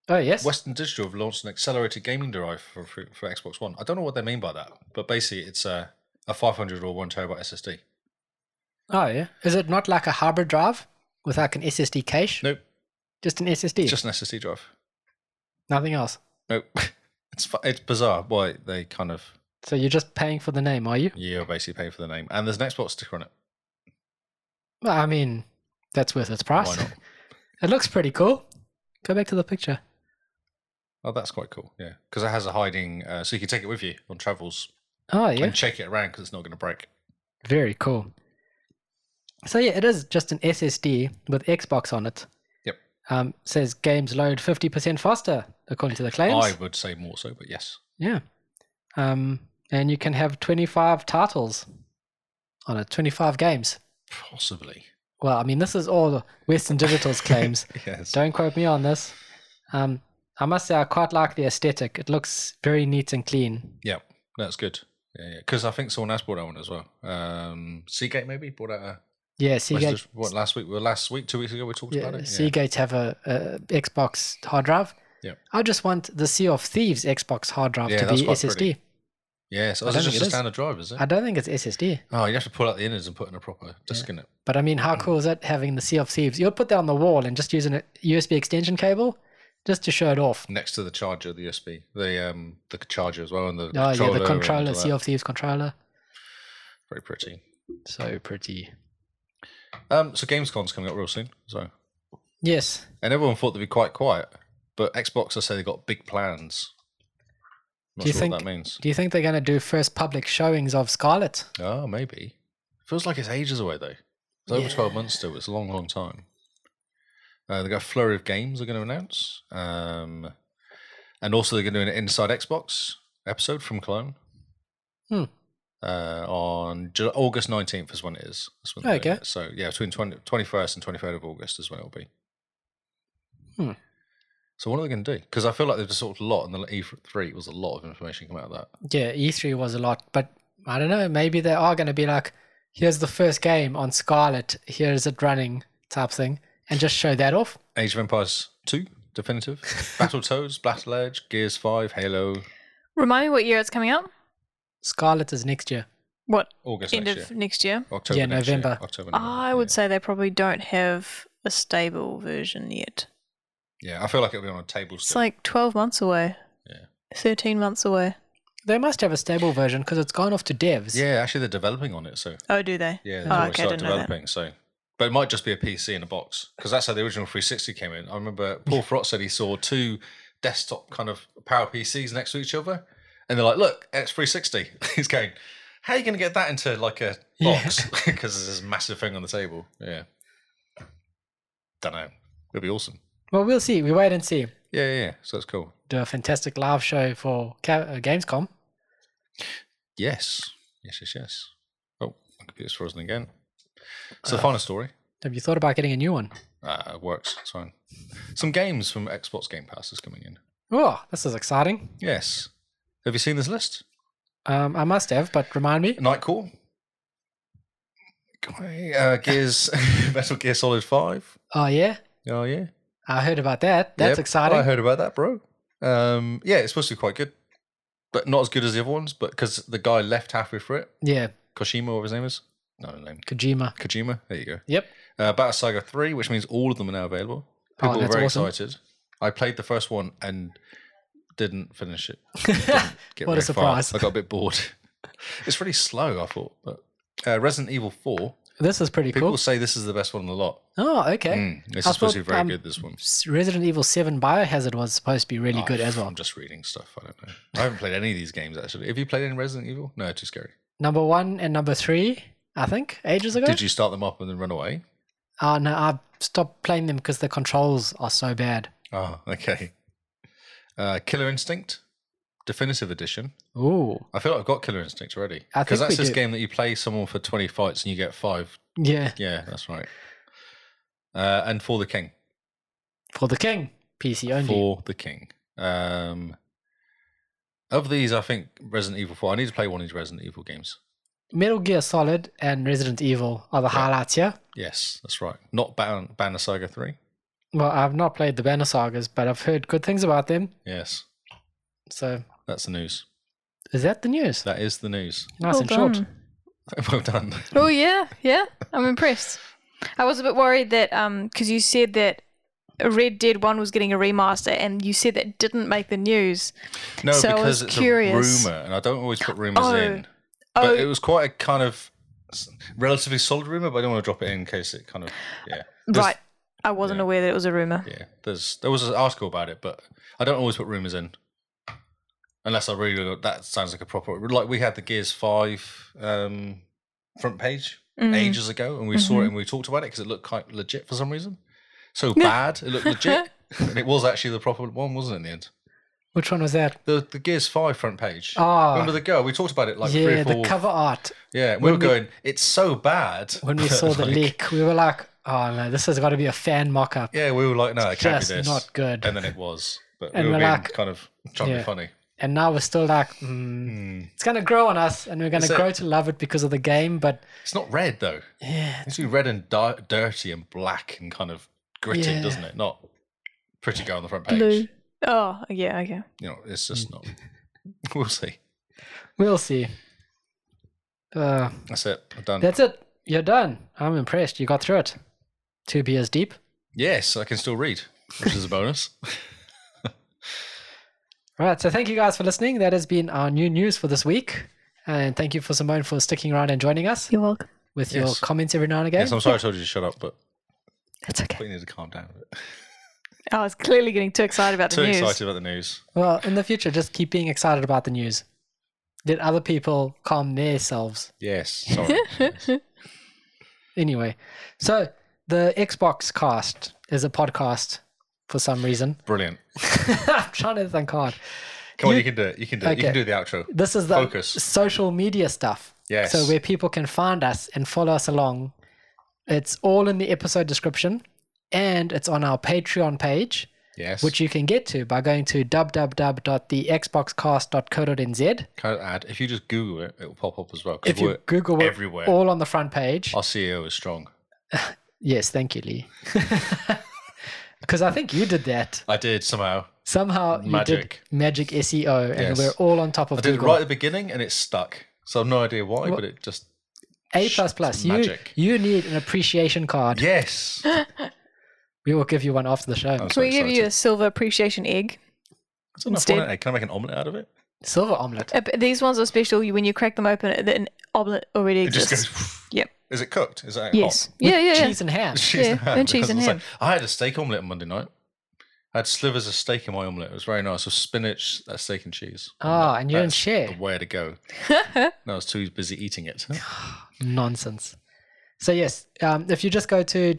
Speaker 2: Oh, yes.
Speaker 3: Western Digital have launched an accelerated gaming drive for, for, for Xbox One. I don't know what they mean by that, but basically it's a, a 500 or 1 terabyte SSD.
Speaker 2: oh, yeah. Is it not like a hybrid drive with like an SSD cache?
Speaker 3: Nope,
Speaker 2: Just an SSD.
Speaker 3: just an SSD drive.
Speaker 2: Nothing else.
Speaker 3: Nope. It's, fu- it's bizarre why they kind of
Speaker 2: So you're just paying for the name, are you?
Speaker 3: You're basically paying for the name. And there's an Xbox sticker on it.
Speaker 2: Well, I mean, that's worth its price.
Speaker 3: Why not?
Speaker 2: it looks pretty cool. Go back to the picture.
Speaker 3: Oh, that's quite cool. Yeah. Because it has a hiding, uh, so you can take it with you on travels
Speaker 2: Oh, yeah.
Speaker 3: and shake it around because it's not going to break.
Speaker 2: Very cool. So yeah, it is just an SSD with Xbox on it.
Speaker 3: Yep.
Speaker 2: Um, says games load 50% faster, according to the claims.
Speaker 3: I would say more so, but yes.
Speaker 2: Yeah. Um, and you can have 25 titles on it, 25 games.
Speaker 3: Possibly.
Speaker 2: Well, I mean, this is all Western Digital's claims.
Speaker 3: Yes.
Speaker 2: Don't quote me on this. Um, I must say, I quite like the aesthetic. It looks very neat and clean.
Speaker 3: Yeah. That's good. Yeah. Because I think someone else bought that one as well. Um, Seagate maybe bought out a.
Speaker 2: Yeah,
Speaker 3: was
Speaker 2: Seagate.
Speaker 3: this- what, last week? Well, last week, two weeks ago, we talked
Speaker 2: Yeah,
Speaker 3: about it. Yeah.
Speaker 2: Seagate have a, a Xbox hard drive.
Speaker 3: Yep.
Speaker 2: I just want the Sea of Thieves Xbox hard drive
Speaker 3: Yeah,
Speaker 2: to
Speaker 3: that's
Speaker 2: be
Speaker 3: quite
Speaker 2: SSD.
Speaker 3: pretty. Yes. Oh,
Speaker 2: I
Speaker 3: is
Speaker 2: don't think
Speaker 3: it just
Speaker 2: it
Speaker 3: a
Speaker 2: is.
Speaker 3: standard drive, is it?
Speaker 2: I don't think it's SSD,
Speaker 3: oh, you have to pull out the innards and put in a proper disk in it.
Speaker 2: but I mean,
Speaker 3: Mm.
Speaker 2: how cool is it having the Sea of Thieves? You'll put that on the wall and just use a USB extension cable just to show it off.
Speaker 3: Next to the charger, the USB, the um, the charger as well, and the
Speaker 2: Oh yeah,
Speaker 3: controller
Speaker 2: the
Speaker 3: and all
Speaker 2: controller,
Speaker 3: that.
Speaker 2: Sea of Thieves controller.
Speaker 3: Very pretty.
Speaker 2: So pretty.
Speaker 3: Um, so Gamescom's coming up real soon. So,
Speaker 2: Yes.
Speaker 3: and everyone thought they'd be quite quiet, but Xbox, I say they got big plans. Not
Speaker 2: Do you
Speaker 3: sure what
Speaker 2: think-
Speaker 3: that means?
Speaker 2: Do you think they're gonna do first public showings of Scarlet?
Speaker 3: Oh, maybe. Feels like it's ages away though. It's over twelve months still. It's a long, long time. Uh, they got a flurry of games they're going to announce, um, and also they're going to do an Inside Xbox episode from Cologne.
Speaker 2: Hmm.
Speaker 3: Uh, on Ju- August nineteenth is when it is. That's when they're doing
Speaker 2: Okay.
Speaker 3: it. So yeah, between 20, 21st and twenty third of August is when it'll be.
Speaker 2: Hmm.
Speaker 3: So what are they going to do? Because I feel like they've just talked a lot, and the E three was a lot of information come out of that.
Speaker 2: Yeah, E3 was a lot, but I don't know. Maybe they are gonna be like, here's the first game on Scarlet. Here is it running type thing, and just show that off.
Speaker 3: Age of Empires 2, definitive. Battletoads, Battle Edge, Gears 5, Halo,
Speaker 1: Remind me what year it's coming out?
Speaker 2: Scarlet is next year.
Speaker 1: What
Speaker 3: August
Speaker 1: end
Speaker 3: next
Speaker 1: of
Speaker 3: year.
Speaker 1: next year?
Speaker 3: October
Speaker 2: Yeah,
Speaker 3: next year.
Speaker 2: November.
Speaker 3: October,
Speaker 1: I
Speaker 3: November,
Speaker 1: would say they probably don't have a stable version yet.
Speaker 3: Yeah. yeah, I feel like it'll be on a table
Speaker 1: It's
Speaker 3: still.
Speaker 1: like 12 months away.
Speaker 3: Yeah.
Speaker 1: 13 months away.
Speaker 2: They must have a stable version because it's gone off to devs.
Speaker 3: yeah, actually they're developing on it, so
Speaker 1: Oh, do they?
Speaker 3: yeah, they've
Speaker 2: Oh,
Speaker 3: already
Speaker 1: okay, I
Speaker 3: started
Speaker 1: didn't know that.
Speaker 3: developing, so but it might just be a PC in a box because that's how the original 360 came in. I remember Paul Frott said he saw two desktop kind of power PCs next to each other, and they're like, "Look, it's 360." He's going, "How are you going to get that into like a
Speaker 2: Yeah.
Speaker 3: box?" Because there's this massive thing on the table. Yeah, don't know. It'd be awesome.
Speaker 2: Well, we'll see. We wait and see.
Speaker 3: Yeah, yeah, yeah. So that's cool.
Speaker 2: Do a fantastic live show for Ca- uh, Gamescom.
Speaker 3: Yes, yes, yes, yes. Oh, my computer's frozen again.
Speaker 1: Uh.
Speaker 3: So, final story.
Speaker 2: Have you thought about getting a new one?
Speaker 3: Uh, it works. It's fine. Some games from Xbox Game Pass is coming in.
Speaker 2: Oh, this is exciting.
Speaker 3: Yes. Have you seen this list?
Speaker 2: Um, I must have, but remind me.
Speaker 3: Nightcall. Uh, Gears, Metal Gear Solid 5.
Speaker 2: Oh yeah,
Speaker 3: Oh, yeah.
Speaker 2: I heard about that. That's
Speaker 3: Yep.
Speaker 2: exciting.
Speaker 3: I heard about that, bro. Um, yeah, it's supposed to be quite good, but not as good as the other ones, but because the guy left halfway through it.
Speaker 2: yeah,
Speaker 3: Koshima, or his name is. No, no name.
Speaker 2: Kojima.
Speaker 3: Kojima. There you go.
Speaker 2: Yep.
Speaker 3: Uh, Battle Saga 3, which means all of them are now available.
Speaker 2: Oh,
Speaker 3: People are
Speaker 2: that's
Speaker 3: very
Speaker 2: awesome.
Speaker 3: excited. I played the first one and Didn't finish it. Get
Speaker 2: What a
Speaker 3: very far.
Speaker 2: surprise.
Speaker 3: I got a bit bored. it's really slow, I thought. But uh, Resident Evil 4,
Speaker 2: This is pretty
Speaker 3: people
Speaker 2: cool.
Speaker 3: say this is the best one in the lot.
Speaker 2: Oh, okay.
Speaker 3: Mm, this
Speaker 2: I
Speaker 3: is supposed to be
Speaker 2: thought,
Speaker 3: very
Speaker 2: um,
Speaker 3: good, this one.
Speaker 2: S- Resident Evil 7 Biohazard was supposed to be really
Speaker 3: Oh,
Speaker 2: good as well.
Speaker 3: I'm just reading stuff. I don't know. I haven't played any of these games, actually. Have you played any Resident Evil? No, too scary.
Speaker 2: Number one and number three, I think, ages ago.
Speaker 3: Did you start them up and then run away?
Speaker 2: Oh, no, I stopped playing them because the controls are so bad.
Speaker 3: Oh, okay. Uh, Killer Instinct, Definitive Edition.
Speaker 2: Ooh.
Speaker 3: I feel like I've got Killer Instinct already.
Speaker 2: I
Speaker 3: Because
Speaker 2: think
Speaker 3: that's
Speaker 2: we
Speaker 3: this
Speaker 2: do.
Speaker 3: game that you play someone for 20 fights and you get five.
Speaker 2: Yeah.
Speaker 3: Yeah, that's right. Uh, and For the King.
Speaker 2: For the King. PC only.
Speaker 3: For the King. Um, of these, I think Resident Evil 4. I need to play one of these Resident Evil games.
Speaker 2: Metal Gear Solid and Resident Evil are the highlights here.
Speaker 3: Yes, that's right. Not Ban- Banner Saga 3.
Speaker 2: Well, I've not played the Banner Sagas, but I've heard good things about them.
Speaker 3: Yes,
Speaker 2: So,
Speaker 3: that's the news.
Speaker 2: is that the news?
Speaker 3: That is the news.
Speaker 2: Nice
Speaker 1: Well
Speaker 2: and short.
Speaker 1: done.
Speaker 3: well done.
Speaker 1: Oh yeah, yeah. I'm impressed. I was a bit worried that um because you said that Red Dead One was getting a remaster, and you said that didn't make the news.
Speaker 3: No,
Speaker 1: So I was
Speaker 3: because it's
Speaker 1: curious.
Speaker 3: a rumor, and I don't always put rumors
Speaker 1: Oh.
Speaker 3: in.
Speaker 1: Oh,
Speaker 3: But it was quite a kind of s- relatively solid rumor, but I don't want to drop it in, in case it kind of yeah. There's-
Speaker 1: right. I wasn't
Speaker 3: yeah.
Speaker 1: aware that it was a rumor.
Speaker 3: Yeah. There's there was an article about it, but I don't always put rumors in. Unless I really that sounds like a proper like we had the Gears 5 um front page
Speaker 1: Mm.
Speaker 3: ages ago and we saw
Speaker 2: Mm-hmm.
Speaker 3: it and we talked about it because it looked quite legit for some reason. So bad, it looked legit. and it was actually the proper one, wasn't it, in the end?
Speaker 2: Which one was that?
Speaker 3: The the Gears 5 front page.
Speaker 2: Ah.
Speaker 3: Remember the girl? We talked about it like three
Speaker 2: yeah,
Speaker 3: or four
Speaker 2: the cover art.
Speaker 3: Yeah, we
Speaker 2: When
Speaker 3: were
Speaker 2: we-
Speaker 3: going, it's so bad.
Speaker 2: When we
Speaker 3: but,
Speaker 2: saw the
Speaker 3: like,
Speaker 2: leak, we were like, oh no, this has got to be a fan mock up.
Speaker 3: Yeah, we were like, no, it can't
Speaker 2: just
Speaker 3: be this.
Speaker 2: not good.
Speaker 3: And then it was. But
Speaker 2: And
Speaker 3: we were
Speaker 2: we're
Speaker 3: being
Speaker 2: like-
Speaker 3: kind of trying to
Speaker 2: Yeah.
Speaker 3: be funny.
Speaker 2: And now we're still like, mm, it's going to grow on us and we're going
Speaker 3: Is
Speaker 2: to
Speaker 3: it-
Speaker 2: grow to love it because of the game, but
Speaker 3: It's not red, though.
Speaker 2: yeah,
Speaker 3: It's really red and di- dirty and black and kind of gritty,
Speaker 2: Yeah.
Speaker 3: doesn't it? Not pretty girl on the front page.
Speaker 1: Blue. Oh yeah, okay.
Speaker 3: You know, it's just
Speaker 2: Hmm.
Speaker 3: not. we'll see.
Speaker 2: we'll see. Uh,
Speaker 3: That's it. I'm done.
Speaker 2: that's it. You're done. I'm impressed. You got through it. Two beers deep.
Speaker 3: Yes, I can still read, which is a bonus.
Speaker 2: All right. So thank you guys for listening. That has been our new news for this week. And thank you for Simone for sticking around and joining us
Speaker 1: You're welcome.
Speaker 2: with your
Speaker 3: Yes.
Speaker 2: comments every now and again.
Speaker 3: yes, I'm sorry I told you to shut up, but
Speaker 1: It's okay.
Speaker 3: we need to calm down a bit.
Speaker 1: I was clearly getting too excited about the
Speaker 3: Too
Speaker 1: news.
Speaker 3: excited about the news.
Speaker 2: Well, in the future, just keep being excited about the news. Let other people calm themselves.
Speaker 3: Yes, sorry. Yes.
Speaker 2: Anyway, so the Xbox cast is a podcast for some reason.
Speaker 3: Brilliant.
Speaker 2: I'm trying to think hard.
Speaker 3: Come on,
Speaker 2: You-
Speaker 3: you can do it. You can do it. You can
Speaker 2: Okay.
Speaker 3: do the outro.
Speaker 2: This is the
Speaker 3: Focus.
Speaker 2: social media stuff.
Speaker 3: Yes.
Speaker 2: So where people can find us and follow us along. It's all in the episode description and it's on our Patreon page,
Speaker 3: Yes.
Speaker 2: which you can get to by going to www.thexboxcast.co.nz.
Speaker 3: Can I add, if you just Google it, it will pop up as well. 'cause
Speaker 2: If you
Speaker 3: we're-
Speaker 2: Google it,
Speaker 3: everywhere.
Speaker 2: all on the front page.
Speaker 3: our CEO is strong.
Speaker 2: Yes, thank you, Lee. Because I think you did that
Speaker 3: I did somehow.
Speaker 2: somehow. You
Speaker 3: Magic.
Speaker 2: did magic SEO, and
Speaker 3: Yes.
Speaker 2: we're all on top
Speaker 3: I
Speaker 2: of
Speaker 3: did it
Speaker 2: Google.
Speaker 3: right at the beginning, and it stuck. So I've no idea why,
Speaker 2: What?
Speaker 3: but it just
Speaker 2: A plus plus.
Speaker 3: It's
Speaker 2: You
Speaker 3: magic.
Speaker 2: you need an appreciation card.
Speaker 3: yes.
Speaker 2: We will give you one after the show.
Speaker 3: I'm so
Speaker 1: Can we give you a
Speaker 3: excited.
Speaker 1: silver appreciation egg?
Speaker 3: It's enough
Speaker 1: instead?
Speaker 3: on it. Can I make an omelette out of it?
Speaker 2: Silver omelet.
Speaker 1: Uh, but These ones are special. You, when you crack them open, it- an omelet already
Speaker 3: It just
Speaker 1: exists.
Speaker 3: goes. Oh.
Speaker 1: Yep.
Speaker 3: Is it cooked? Is that
Speaker 1: Yes.
Speaker 2: With
Speaker 1: Yeah, yeah, yeah.
Speaker 2: Cheese and ham.
Speaker 3: hot? Cheese
Speaker 1: Yeah, and cheese
Speaker 3: because
Speaker 1: and
Speaker 3: it's
Speaker 1: ham.
Speaker 3: I had a steak omelette on Monday night. I had slivers of steak in my omelette. It was very nice. With spinach, uh, steak and cheese.
Speaker 2: Ah, and you didn't
Speaker 3: That's
Speaker 2: share.
Speaker 3: The way to go. no, I was too busy eating it.
Speaker 2: Nonsense. So yes, um, if you just go to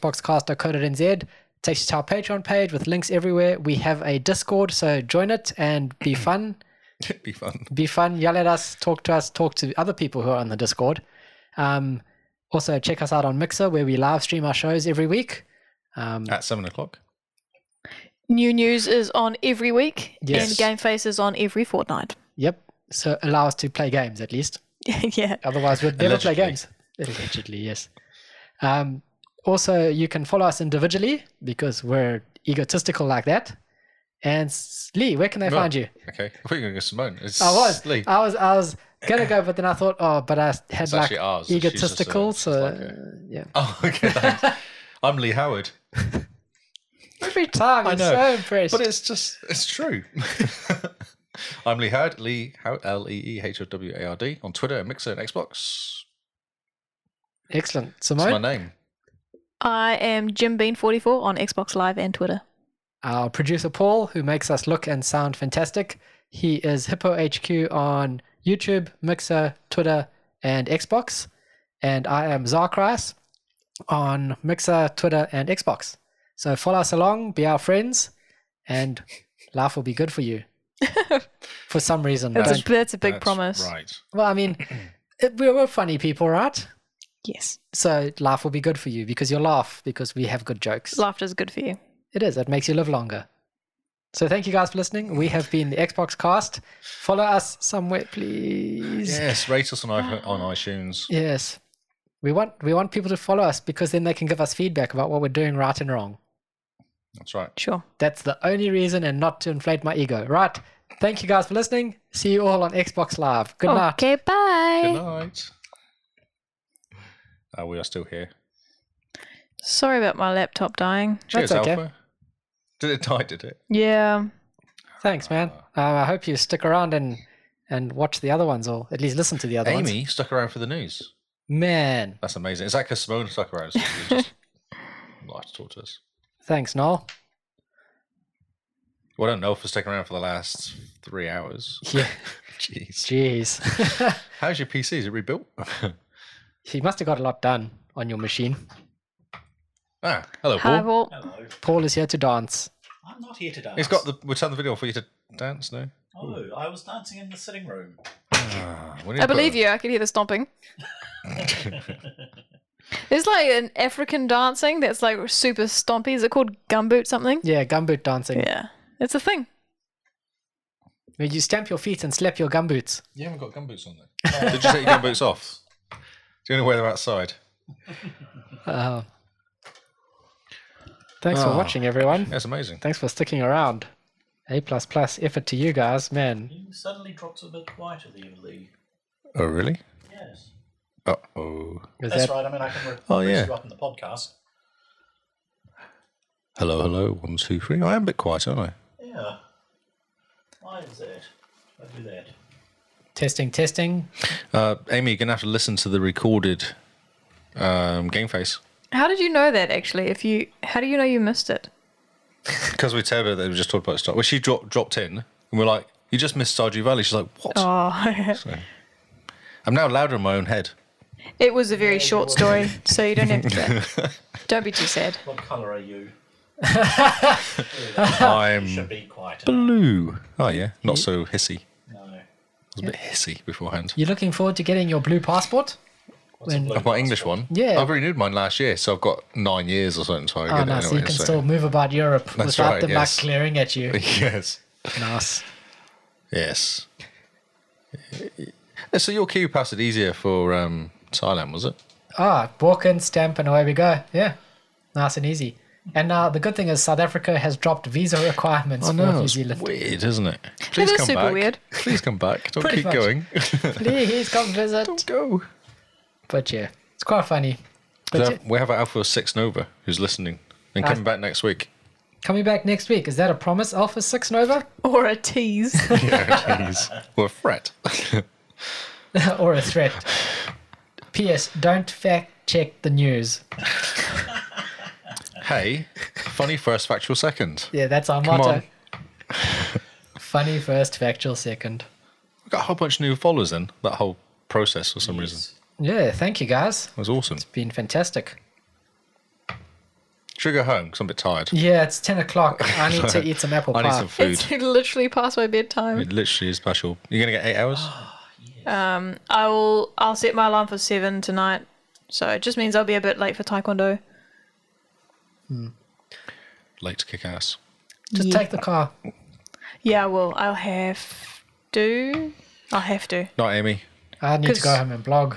Speaker 2: www.thexboxcast.co.nz, takes you to our Patreon page with links everywhere. We have a Discord, so join it and be fun.
Speaker 3: It'd be fun.
Speaker 2: be fun. Yell at us, talk to us, talk to other people who are on the Discord. Um, also, check us out on Mixer where we live stream our shows every week. Um,
Speaker 3: At seven o'clock.
Speaker 1: New news is on every week,
Speaker 2: Yes.
Speaker 1: and Game Face is on every fortnight.
Speaker 2: yep. So allow us to play games at least.
Speaker 1: yeah.
Speaker 2: Otherwise, we'd never play
Speaker 3: Allegedly.
Speaker 2: games. Allegedly, yes. Um, also, you can follow us individually because we're egotistical like that. And S- Lee, where can they
Speaker 3: Well,
Speaker 2: find you?
Speaker 3: Okay. I thought you were going to go Simone. It's
Speaker 2: I was,
Speaker 3: Lee.
Speaker 2: I was, I was gonna go, but then I thought, oh, but I had
Speaker 3: It's
Speaker 2: like
Speaker 3: actually ours. She's just a-
Speaker 2: egotistical,
Speaker 3: she's
Speaker 2: so
Speaker 3: like a-
Speaker 2: yeah.
Speaker 3: Oh, okay. Thanks. I'm Lee Howard.
Speaker 2: Every time,
Speaker 3: I
Speaker 2: I'm
Speaker 3: know,
Speaker 2: so impressed.
Speaker 3: But it's just, it's true. I'm Lee Howard, Lee Howard, L E E H O W A R D, on Twitter, and Mixer, and Xbox.
Speaker 2: Excellent.
Speaker 3: That's my
Speaker 2: Simone,
Speaker 3: name.
Speaker 1: I am Jim Bean 44 on Xbox Live and Twitter.
Speaker 2: our producer Paul, who makes us look and sound fantastic. He is Hippo HQ on YouTube, Mixer, Twitter, and Xbox. And I am Zarkras on Mixer, Twitter, and Xbox. So follow us along, be our friends, and laugh will be good for you. for some reason.
Speaker 1: That's,
Speaker 2: don't-
Speaker 1: a, that's a big
Speaker 3: That's
Speaker 1: promise.
Speaker 3: Right.
Speaker 2: well, I mean, it, we we're funny people, right?
Speaker 1: Yes.
Speaker 2: So laugh will be good for you because you'll laugh because we have good jokes.
Speaker 1: Laughter's good for you.
Speaker 2: It is. It makes you live longer. So thank you guys for listening. We have been the Xbox Cast. Follow us somewhere, please.
Speaker 3: Yes, rate us on, iPhone, on iTunes.
Speaker 2: Yes. We want we want people to follow us because then they can give us feedback about what we're doing right and wrong.
Speaker 3: That's right.
Speaker 1: Sure.
Speaker 2: That's the only reason and not to inflate my ego. Right. Thank you guys for listening. See you all on Xbox Live. Good night.
Speaker 1: okay,
Speaker 3: Good
Speaker 1: bye.
Speaker 3: night. Uh, we are still here.
Speaker 1: Sorry about my laptop dying.
Speaker 3: Cheers,
Speaker 2: That's okay.
Speaker 3: Alpha. Did it die? Did it?
Speaker 1: Yeah.
Speaker 2: Thanks, man. Um, I hope you stick around and and watch the other ones or at least listen to the other ones.
Speaker 3: Amy stuck around for the news.
Speaker 2: Man.
Speaker 3: That's amazing. It's like because Simone stuck around. So she just liked to talk to us.
Speaker 2: Thanks, Noel.
Speaker 3: Well, I don't know for sticking around for the last three hours.
Speaker 2: Yeah.
Speaker 3: Jeez.
Speaker 2: Jeez.
Speaker 3: How's your PC? Is it rebuilt?
Speaker 2: He must have got a lot done on your machine.
Speaker 3: ah, hello,
Speaker 1: Hi,
Speaker 3: Paul.
Speaker 1: Walt.
Speaker 4: Hello.
Speaker 2: Paul is here to dance.
Speaker 4: I'm not here to dance.
Speaker 3: He's got the. We'll turn the video for you to dance now.
Speaker 4: Oh, I was dancing in the sitting room.
Speaker 3: Ah, we need
Speaker 1: I
Speaker 3: to put
Speaker 1: believe
Speaker 3: a-
Speaker 1: you. I could hear the stomping. There's like an African dancing that's like super stompy. Is it called gumboot something?
Speaker 2: Yeah, gumboot dancing.
Speaker 1: Yeah. It's a thing.
Speaker 2: Where you stamp your feet and slap your gumboots.
Speaker 3: You haven't got gumboots on there. Did you take your gumboots off? Do you know where they're outside?
Speaker 2: Uh, thanks for
Speaker 3: Oh.
Speaker 2: watching, everyone.
Speaker 3: That's amazing.
Speaker 2: Thanks for sticking around. A plus plus effort to you guys, man.
Speaker 4: You suddenly dropped a bit quieter than you, Lee.
Speaker 3: Oh, really?
Speaker 4: Yes.
Speaker 3: Uh oh.
Speaker 2: Is
Speaker 4: That's
Speaker 2: that-
Speaker 4: right. I mean, I can re-
Speaker 3: Oh,
Speaker 4: raise
Speaker 3: yeah.
Speaker 4: you up in the podcast.
Speaker 3: Hello, hello. One, two, three. I am a bit quiet, aren't I?
Speaker 4: Yeah. Why is that? I do that.
Speaker 2: Testing, testing.
Speaker 3: Uh, Amy, you're going to have to listen to the recorded um, game face
Speaker 1: How did you know that actually? If you how do you know you missed it?
Speaker 3: because we told her that we just talked about stuff. Well, she dropped dropped in, and we're like, "You just missed Stardew Valley." She's like, "What?"
Speaker 1: Oh
Speaker 3: I'm now louder in my own head.
Speaker 1: it was a very short story, so you don't have to Don't be too sad.
Speaker 4: What colour are you?
Speaker 3: I'm
Speaker 4: Should be quieter.
Speaker 3: blue. Oh yeah, not so hissy. I
Speaker 4: No.
Speaker 3: was a bit hissy beforehand.
Speaker 2: You looking forward to getting your blue passport?
Speaker 4: What's a
Speaker 2: When-
Speaker 4: blue
Speaker 3: My English one.
Speaker 2: Yeah.
Speaker 3: I've renewed mine last year, so I've got nine years or something. So I
Speaker 2: Oh,
Speaker 3: get
Speaker 2: nice.
Speaker 3: it
Speaker 2: So
Speaker 3: anyway.
Speaker 2: you can
Speaker 3: so-
Speaker 2: still move about Europe without
Speaker 3: right,
Speaker 2: them like
Speaker 3: yes.
Speaker 2: glaring at you.
Speaker 3: yes,
Speaker 2: nice.
Speaker 3: yes. Yeah, So your queue pass it easier for um, Thailand, was it?
Speaker 2: Ah, walk in, stamp, and away we go. Yeah, nice and easy. And now the good thing is South Africa has dropped visa
Speaker 3: Oh,
Speaker 2: requirements for New
Speaker 3: it's
Speaker 2: Zealand.
Speaker 3: weird, isn't it? Please
Speaker 1: is
Speaker 3: come
Speaker 1: super
Speaker 3: back.
Speaker 1: weird.
Speaker 3: Please come back. Don't
Speaker 2: Pretty
Speaker 3: keep
Speaker 2: much.
Speaker 3: going.
Speaker 2: Please come visit.
Speaker 3: Go.
Speaker 2: But yeah, it's quite funny. But yeah,
Speaker 3: we have our Alpha Six Nova who's listening and coming back next week.
Speaker 2: coming back next week, is that a promise, Alpha 6 Nova?
Speaker 1: Or a tease.
Speaker 3: Jeez, or a threat.
Speaker 2: or a threat? P.S. Don't fact check the news.
Speaker 3: hey, funny first, factual second.
Speaker 2: Yeah, that's our
Speaker 3: Come
Speaker 2: motto.
Speaker 3: on.
Speaker 2: funny first, factual second.
Speaker 3: We got a whole bunch of new followers in that whole process for some reason.
Speaker 4: Yes.
Speaker 2: Yeah, thank you guys.
Speaker 3: It was awesome.
Speaker 2: Been fantastic.
Speaker 3: Should we go home? 'Cause I'm a bit tired.
Speaker 2: Yeah, it's 10 o'clock. I need to eat some apple
Speaker 3: I
Speaker 2: pie.
Speaker 3: need some food.
Speaker 1: it's literally past my bedtime.
Speaker 3: It literally is special. You're gonna get eight hours.
Speaker 1: Um I will I'll set my alarm for seven tonight. So it just means I'll be a bit late for Taekwondo.
Speaker 3: Late to kick ass.
Speaker 2: Just take the car.
Speaker 1: Yeah, I will. I'll have to. I'll have to.
Speaker 3: Not Amy.
Speaker 2: I need to go
Speaker 1: 'Cause-
Speaker 2: home and blog.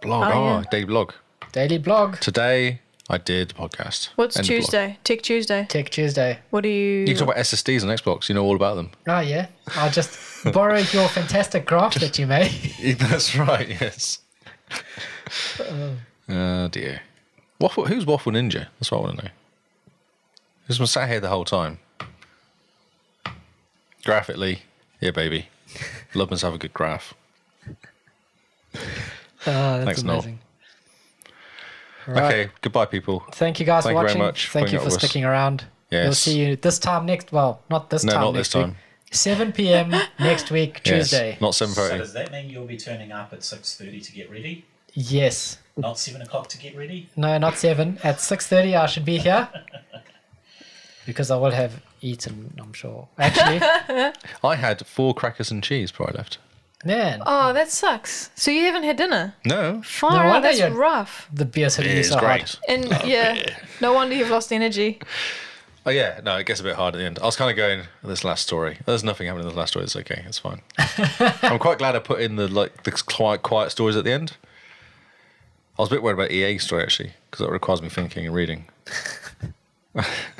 Speaker 3: Blog.
Speaker 1: Oh,
Speaker 3: Oh,
Speaker 1: yeah.
Speaker 3: day blog.
Speaker 2: Daily blog.
Speaker 3: Today I did the podcast.
Speaker 1: What's
Speaker 3: End of blog.
Speaker 1: Tuesday? Tech Tuesday.
Speaker 2: Tech Tuesday.
Speaker 1: What do you?
Speaker 3: You can talk about SSDs on Xbox. You know all about them.
Speaker 2: Oh, yeah. I'll just borrow your fantastic graph that you made.
Speaker 3: That's right. Yes.
Speaker 2: Uh.
Speaker 3: Oh dear. Waffle. Who's Waffle Ninja? That's what I want to know. This one sat here the whole time. Graphically, yeah, baby. Love must have a good graph.
Speaker 2: Ah, that's
Speaker 3: Thanks, Noel.
Speaker 2: amazing. Right.
Speaker 3: Okay, goodbye, people.
Speaker 2: Thank you guys
Speaker 3: Thank
Speaker 2: for
Speaker 3: you very
Speaker 2: watching.
Speaker 3: much for
Speaker 2: Thank
Speaker 3: putting
Speaker 2: you
Speaker 3: up
Speaker 2: for
Speaker 3: with us.
Speaker 2: sticking around. We'll
Speaker 3: Yes.
Speaker 2: see you this time next. Well, not this
Speaker 3: No,
Speaker 2: time.
Speaker 3: not
Speaker 2: next
Speaker 3: this time.
Speaker 2: Week. 7 p.m. next week,
Speaker 3: Yes,
Speaker 2: Tuesday.
Speaker 3: Not seven
Speaker 4: So
Speaker 3: thirty.
Speaker 4: does that mean you'll be turning up at six thirty to get ready?
Speaker 2: Yes.
Speaker 4: Not seven o'clock to get ready?
Speaker 2: No, not seven. At six thirty, I should be here because I will have eaten. I'm sure. Actually,
Speaker 3: I had four crackers and cheese before I left.
Speaker 2: man,
Speaker 1: Oh, that sucks. So you haven't had dinner?
Speaker 3: No,
Speaker 1: Far out,
Speaker 2: wonder
Speaker 1: that's
Speaker 2: you're-
Speaker 1: rough.
Speaker 2: the beer's hitting me
Speaker 3: it's
Speaker 2: so hard.
Speaker 3: great.
Speaker 1: And yeah, no wonder you've lost energy.
Speaker 3: Oh yeah, no, it gets a bit hard at the end. I was kind of going this last story. There's nothing happening in this last story. It's okay. It's fine. I'm quite glad I put in the like the quiet, quiet stories at the end. I was a bit worried about EA story actually because that requires me thinking and reading.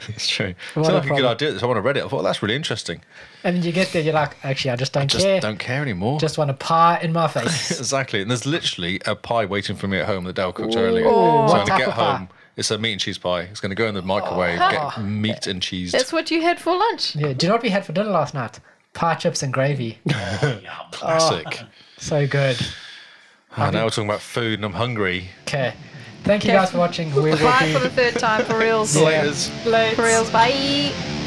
Speaker 3: it's true.
Speaker 2: What
Speaker 3: It's
Speaker 2: a
Speaker 3: like a good
Speaker 2: problem.
Speaker 3: idea. So I want to read it. I thought well, that's really interesting.
Speaker 2: And then you get there, you're like, actually, I just don't
Speaker 3: Just
Speaker 2: care.
Speaker 3: don't care anymore.
Speaker 2: Just want a pie in my face.
Speaker 3: exactly. And there's literally a pie waiting for me at home that Dale cooked earlier.
Speaker 2: What
Speaker 3: So I'm
Speaker 2: type
Speaker 3: gonna get
Speaker 2: of pie? Oh.
Speaker 3: home. It's a meat and cheese pie. It's gonna go in the microwave, get meat and cheese.
Speaker 1: That's what you had for lunch.
Speaker 2: yeah. Do you know what we had for dinner last night? Pie chips and gravy.
Speaker 4: Yum.
Speaker 3: Classic.
Speaker 2: So good.
Speaker 3: Oh, now we're talking about food and I'm hungry.
Speaker 2: Okay. Thank you guys for watching. We will
Speaker 1: Bye for
Speaker 2: be
Speaker 1: the third time for reals.
Speaker 3: Laters.
Speaker 1: For reals, bye.